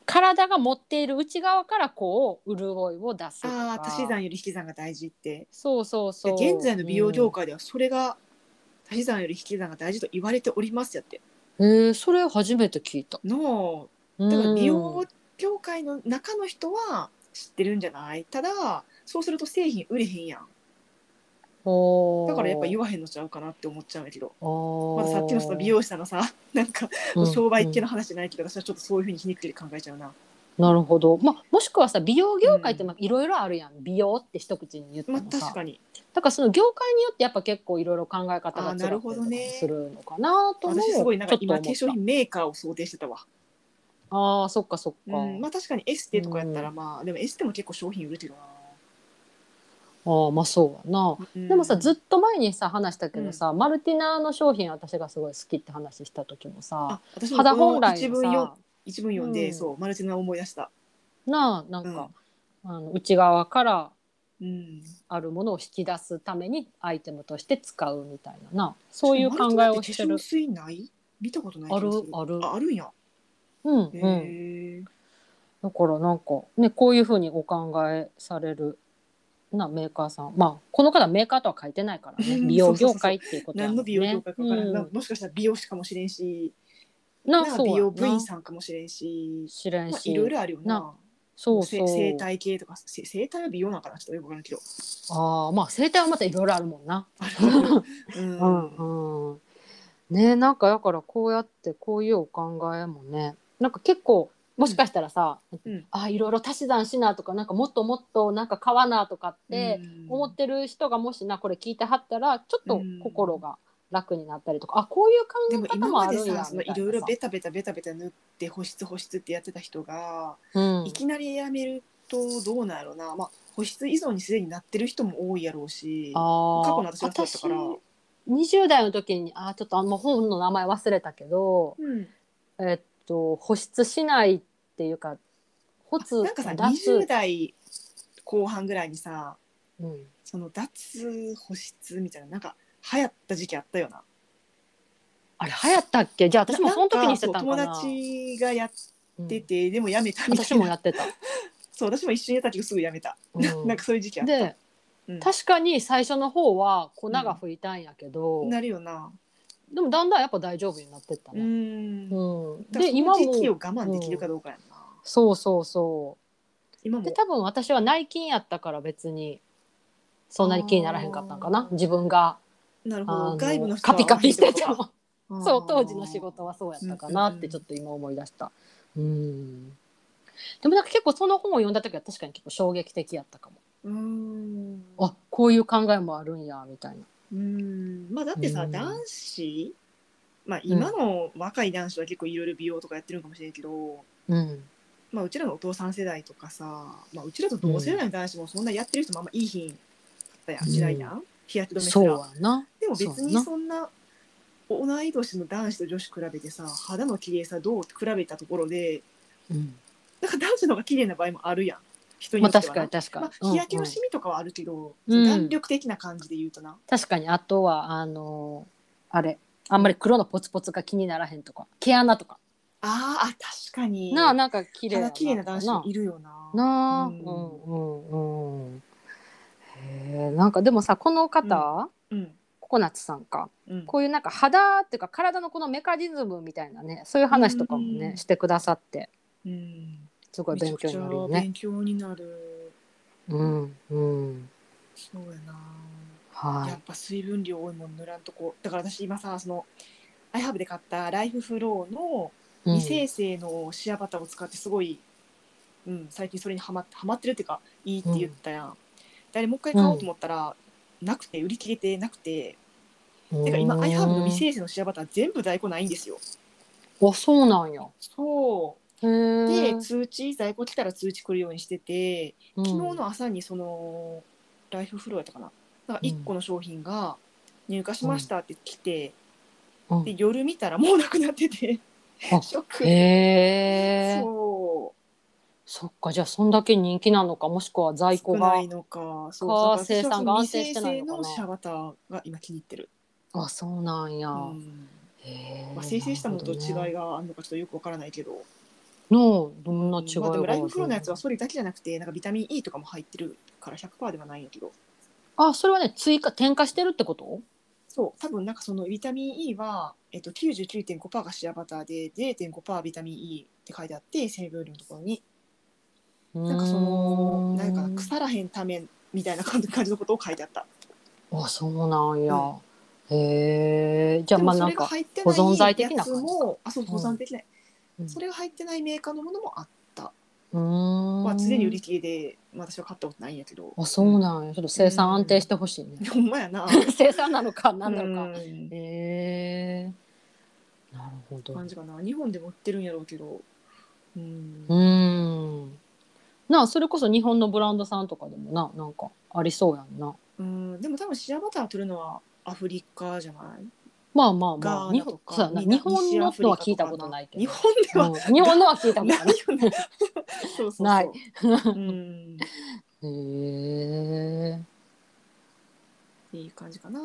A: 体が持っている内側からこう潤いを出すとか
B: ああ足し算より引き算が大事って
A: そうそう
B: で
A: そう
B: 現在の美容業界ではそれが足し算より引き算が大事と言われておりますやって。
A: うんへえそれ初めて聞いた
B: の
A: だ
B: だから美容業界の中の人は知ってるんじゃないただそうすると製品売れへんやんだからやっぱ言
A: わ
B: わへんのちゃうかなって思っちゃうんやけど
A: ま
B: まださっきのその美容師さんのさ なんか商売系の話じゃないけど、私はちょっとそういうふうに皮肉で考えちゃうな。
A: なるほどまあもしくはさ美容業界ってまあいろいろあるやん、美容って一口に言っても
B: まあ
A: さ、
B: 確かに
A: だからその業界によってやっぱ結構いろいろ考え方が違
B: あ
A: った
B: ーな
A: りと
B: るほど
A: か
B: ね
A: するのかなとも
B: 私すごいなんか今化
A: ちょっと
B: 粧
A: 思った
B: 品メーカーを想定してたわ。
A: ああそっかそっか、
B: うん、まあ確かにエステとかやったら
A: う
B: まあ、でもエステも結構商品売れてるな、
A: ああまあそうやな、
B: うん
A: でもさずっと前にさ話したけどさ、マルティナの商品私がすごい好きって話した時もさ
B: あ私も
A: 肌本
B: この
A: 来
B: 一
A: の
B: 文読
A: さ
B: 一文読んで、
A: うん
B: そうマルチナを思い出した、
A: なあなんか、あの内側から
B: うん、
A: あるものを引き出すためにアイテムとして使うみたいななそういう考えをして
B: マルティナっ
A: る。
B: て化粧水ない見たことない気がす
A: あるある
B: ああるんや
A: うん
B: へ
A: うん、
B: え、
A: だからなんか、ね、こういうふうにお考えされるなメーカーさんまあこの方メーカーとは書いてないから ね美容業界っていうこと
B: 何
A: も
B: の
A: ん
B: 美容業界か分からん、
A: うん
B: なもしかしたら美容師かもしれんし
A: な
B: な
A: そ
B: んか
A: うや
B: 美
A: な
B: 容部員さんかもしれんし
A: 知らん
B: まあ
A: し、
B: いろいろあるよな
A: なそうそ
B: せ
A: う
B: 生態系とかせ生態は美容なんかなちょっとよくわからんけど
A: ああまあ生態はまたいろいろあるもんな。う
B: う、
A: んんうん、ねなんかだからこうやってこういうお考えもねなんか結構もしかしたらさ、
B: うん
A: あいろいろ足し算しなとかなんかもっともっとなんか買わなとかって思ってる人がもしなこれ聞いてはったらちょっと心が楽になったりとか、あこう
B: で
A: いう
B: も
A: 考え方
B: 今
A: もあ
B: まで
A: るん
B: さ
A: や
B: その
A: み
B: い
A: たいなさ
B: ろいろベタベタベタベタ塗って保湿保湿ってやってた人が、
A: うん
B: いきなりやめるとどうなんやろうな、まあ、保湿依存にすでになってる人も多いやろうし
A: あ
B: 過
A: ー
B: 去の私はそうだったから、
A: 私20代の時にあーちょっとあの本の名前忘れたけど、
B: うん、
A: えっと保湿しないっていうか保つ
B: なんかさ
A: 脱
B: 20代後半ぐらいにさ
A: うん、
B: その脱保湿みたいななんか流行った時期あったよな
A: あれ流行ったっけじゃあ私も
B: な
A: その時にしてた
B: なんん
A: か
B: か
A: な
B: そう友達がやっ
A: うん
B: てて、でもやめたみたいな
A: 私もやってた、
B: そう私も一瞬やったけどすぐやめた、
A: うん
B: なんかそういう時期あった
A: で、
B: うん
A: 確かに最初の方は粉が吹いたんやけど、
B: なるよな
A: でもだんだんやっぱ大丈夫になってった
B: う
A: ね、
B: ん
A: うん
B: だから
A: で
B: その
A: 今
B: 時期を
A: も
B: 我慢できるかどうかやんな、
A: そうそうそ
B: 今
A: うで
B: も
A: 多分私は内勤やったから別にそんなに気にならへんかったんかな自分が
B: なるほ
A: あ
B: ど
A: の
B: 外部の人
A: カピカピして
B: ち
A: て
B: ゃ
A: もそう当時の仕事はそうやったかなっ
B: うんうんう
A: て
B: ん
A: ちょっと今思い出した。うんでもなんか結構その本を読んだ時は確かに結構衝撃的やったかも。
B: うん
A: あこういう考えもあるんやみたいな。
B: うんまあだってさ、
A: うん
B: 男子まあ今の若い男子は結構いろいろ美容とかやってるんかもしれんけど、
A: うん
B: まあ、うちらのお父さん世代とかさ、まあ、うちらと同世代の男子もそんなやってる人もあんまいいひんかったやん、
A: うん
B: 時代やん日焼け止めした
A: そう
B: ら
A: はな。
B: でも別
A: そうや
B: に
A: な
B: そんな同い年の男子と女子比べてさ肌の綺麗さどうって比べたところで
A: うん、
B: なんか男子の方が綺麗な場合もあるやん人に
A: ま
B: よ
A: あ
B: って
A: 確
B: は
A: か
B: な
A: に確かに
B: ま。あ、日焼け
A: うん
B: の
A: うん
B: シミとかはあるけど、
A: うん
B: 弾力的な感じで言うとな、
A: 確かにあとはあのーあれあんまり黒のポツポツが気にならへんとか毛穴とか、
B: あーあ確かに
A: なあなんか綺麗や
B: 肌綺麗な男子もいるよな
A: なあう
B: うんん
A: うんうんへえなんかでもさこの方、
B: うん
A: ココナッツさんか
B: うん
A: こういうなんか肌っていうか体のこのメカニズムみたいなねそういう話とかもね、
B: うん
A: してくださって
B: うん
A: すごい勉強になるよ
B: めちゃくちゃ
A: ね
B: 勉強になる
A: うんうん
B: そうやな、
A: は
B: やっぱ水分量多いもん塗らんとこだから私今さそのアイハーブで買ったライフフローの
A: い、
B: 未生成のシアバタを使ってすごい、うん最近それにはまってはまってるっていうかいいって言ったやん、であれもう一回買おうと思ったら、なくて売り切れてなくて
A: うん
B: てか今アイハーブの未
A: うん
B: 生成のシアバタ全部在庫ないんですよ
A: あそうなんや
B: そ
A: へ
B: う
A: え
B: で通知在庫来たら通知来るようにしてて
A: 昨
B: 昨日の朝にそのライフフローやったかななんか1個の商品が入荷しましたって来て、
A: うん
B: で夜見たらもうなくなってて シ
A: あ
B: ョック、
A: へえ
B: そ
A: そっかじゃあそんだけ人気なのかもしくは
B: う
A: 在庫
B: 少
A: が
B: ないのかそう
A: か
B: だから私は
A: 生産が安定してないのかな
B: そ未生成のシャバターが今気に入ってる、
A: あそうなんや、
B: うん
A: へえ
B: まあ、生成したものと違い
A: なる
B: があるのかちょっとよくわからないけど
A: ほどねのどんな違い
B: まあ、でも
A: が
B: ラ
A: あ
B: イ
A: るの
B: フフローのやつはそれだけじゃなくてなんかビタミン E とかも入ってるから100%ではないんやけど
A: あそれはね追加添加してるってこと
B: そう多分なんかそのビタミン E は、えっと、99.5%がシアバターで0.5%ビタミン E って書いてあって成分量のところに
A: な
B: なんかそのなんか腐らへんためみたいな感じ感じのことを書いてあった
A: あそうなんや、へえじゃあまあ
B: で
A: な
B: もそ
A: ん
B: れが
A: か
B: 入って
A: 保存
B: な
A: 剤
B: い
A: 的
B: や
A: な
B: つ
A: 感じか
B: もあそう保存剤的な、
A: うん
B: それが入ってないメーカーのものもあって、
A: うーん
B: まあ、常に売り切れで、まあ、私は買ったことないんやけど
A: あそうなんやちょっと生産安定してほしいね、
B: ほんまやな
A: 生産なのかなんなのか、
B: うん
A: へえなるほど
B: 感じかな日本でも売ってるんやろうけどうん
A: うーん。なあそれこそ日本のブランドさんとかでもななんかありそうやんな。
B: うんでも多分シアバター取るのはアフリカじゃない
A: まあまあま
B: ガ
A: あ
B: ー
A: 日
B: ナと
A: 本
B: か
A: そうやな
B: 南
A: 日本のとは聞いたことないけど。
B: 日本では
A: うん日本のは聞いたこと
B: な
A: ない い。
B: よねそうそうそう
A: ない
B: うん
A: へえ。
B: いい感じかな、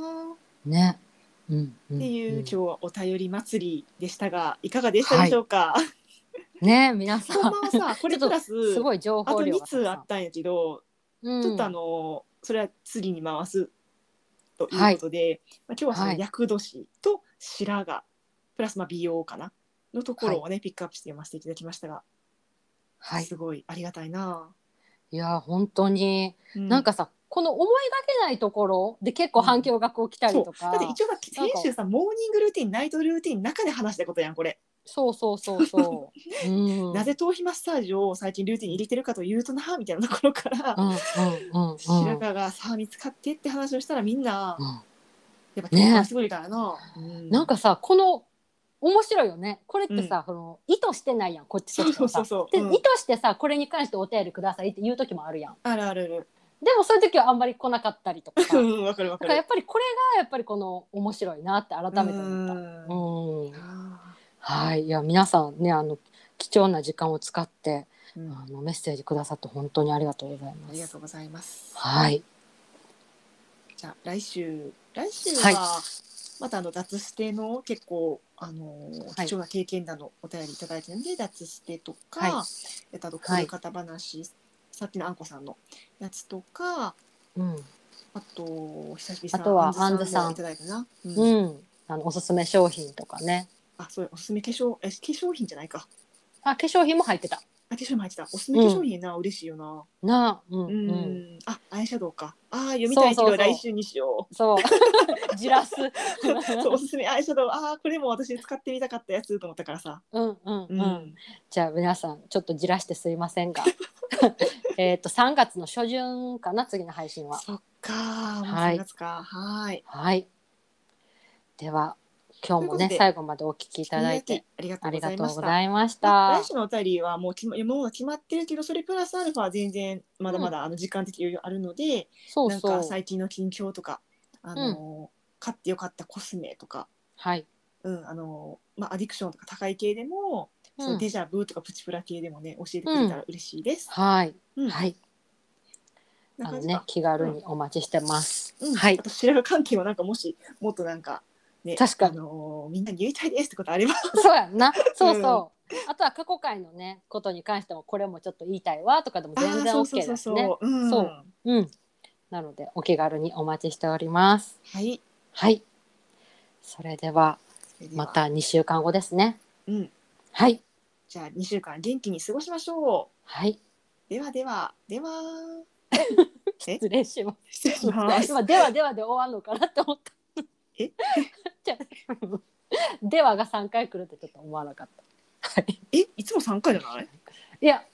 A: ね。うんうん、
B: っていう
A: う
B: 今
A: ん
B: 日はお便り祭りでしたがいかがでしたでしょうか、
A: ね皆さ
B: ほんま
A: ん
B: はさこれプラス
A: すごい情
B: あと
A: 報量が
B: 2
A: たく
B: 通
A: さ
B: あ
A: ん
B: ったんやけど、
A: うん
B: ちょっとあのそれは次に回すということで、まあ、今日はその
A: はい
B: 厄年と白髪、プラスまあ美容かなのところをね、ピックアップして読ませていただきましたが、
A: はい
B: すごいありがたいな、
A: いや本当に、
B: う
A: なんかさこの思いがけないところで結構反響がこう来たり
B: そう
A: とか、
B: だって一応さ先週さモーニングルーティンナイトルーティンの中で話したことやんこれ、
A: そうそうそうそう、うん、
B: なぜ頭皮マッサージを最近ルーティンに入れてるかというとなみたいなところから、
A: うんうんうんうん
B: 白髪がさあ見つかってって話をしたらみんな
A: うん
B: やっぱ共感してくれたらな、う
A: なんかさこの面白いよねこれってさ、その意図してないやんこっち
B: そ
A: とし
B: う
A: て
B: そう
A: は
B: そ
A: さ
B: うそう、
A: で、
B: うん
A: 意図してさこれに関してお便りくださいって言う時もあるやん
B: あるあるある
A: でもそういう時はあんまり来なかったりとか
B: う
A: さ
B: んわかるわ
A: だ
B: か
A: からや
B: る
A: っぱりこれがやっぱりこの面白いなって改めて思った
B: うん
A: うんはいいや皆さんねあの貴重な時間を使って
B: うん
A: あのメッセージくださって本当にありがとうござい
B: あ
A: ま
B: りが
A: す
B: とうございます
A: はい
B: じゃあ来週来週
A: はい
B: はまたあの脱ステの結構あのー
A: はい
B: 貴重な経験談のお便りいただいてるんで、脱ステとか、
A: はい
B: えっとあとこ
A: は
B: う
A: い
B: いう方話、さっきのあんこさんのやつとか
A: うん、
B: あと久しぶりさん
A: あとは
B: のいただいたな、うん
A: うん、あのおすすめ商品とかね
B: あそうおすすめ化粧え化粧品じゃないか
A: あ化粧品も入ってた
B: あ化粧品入ってたおすすめ化粧品な、嬉しいよな
A: なあうん
B: う、
A: うんん
B: あアイシャドウかあー読みたいけ
A: そうそうそ
B: ど
A: う
B: 来週にしよ
A: そう。 じらす。
B: う そうおすすめアイシャドウあーこれも私使ってみたかったやつと思ったからさ
A: うんうんう。
B: うんん
A: じゃあ皆さんちょっとじらしてすいませんが、 えっと3月の初旬かな次の配信は。
B: そっかー、もう
A: はい
B: 3月か。はーい。
A: はい。では今日もね
B: ということで
A: 最後までお聞きいただいて
B: ありがと
A: あ
B: うご
A: り
B: ざ
A: が
B: い
A: と
B: ま
A: う
B: し
A: ご
B: た。
A: ざいまし
B: ま
A: た
B: 来。週のお便りはもう決まもう決まってるけどそれプラスアルファ全然まだまだあの時間的余裕あるので、
A: そう
B: な
A: そ
B: ん
A: う
B: か。最近の近況とかあの、買ってよかったコスメとか、
A: はい。
B: うんあのまあ、アディクションとか高い系でも、その
A: うん
B: デジャブとかプチプラ系でもね教えてくれたら嬉しいです。
A: はい。
B: うん
A: はい。
B: な
A: あ
B: ん
A: の
B: か
A: ね、気軽にお待ちしてます。
B: うん
A: はい
B: あ。と白髪関係はなんかもしもっとなんか、ね、
A: 確かに
B: あのみんなに言いたいですってことあれ ば
A: そうやんな。そうそう。あとは過去回のね、ことに関しても、これもちょっと言いたいわとかでも全然
B: あーそう
A: OK ですね。
B: そうそうそう、うん、
A: そううん。なので、お気軽にお待ちしております。
B: はい
A: はい。それでは、ま、た2週間後ですね。
B: うん、
A: はい。
B: じゃあ2週間元気に過ごしましょ
A: はい。
B: うではではではえ
A: 失礼します。
B: 失礼します
A: 今、ではではで終わるのかなって思った。
B: え
A: じゃあではが3回来るってちょっと思わなかった。はい。
B: えいつも3回じゃない
A: いや、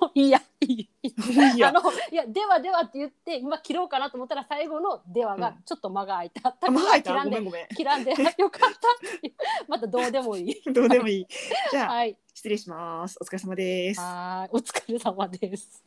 A: もういいや、いいいい
B: い
A: あ
B: や
A: のいやではではって言って今切ろうかなと思ったら最後のでは
B: う
A: が
B: ん
A: ちょっと間が空いた。
B: あまあ入った
A: 切らん
B: ごめ
A: で
B: んご め
A: 切らんでよかったっていう。またどうでもいい。
B: んどうでもいいじゃあ
A: はい。
B: 失礼しますお疲れ様です
A: はい。お疲れ様です。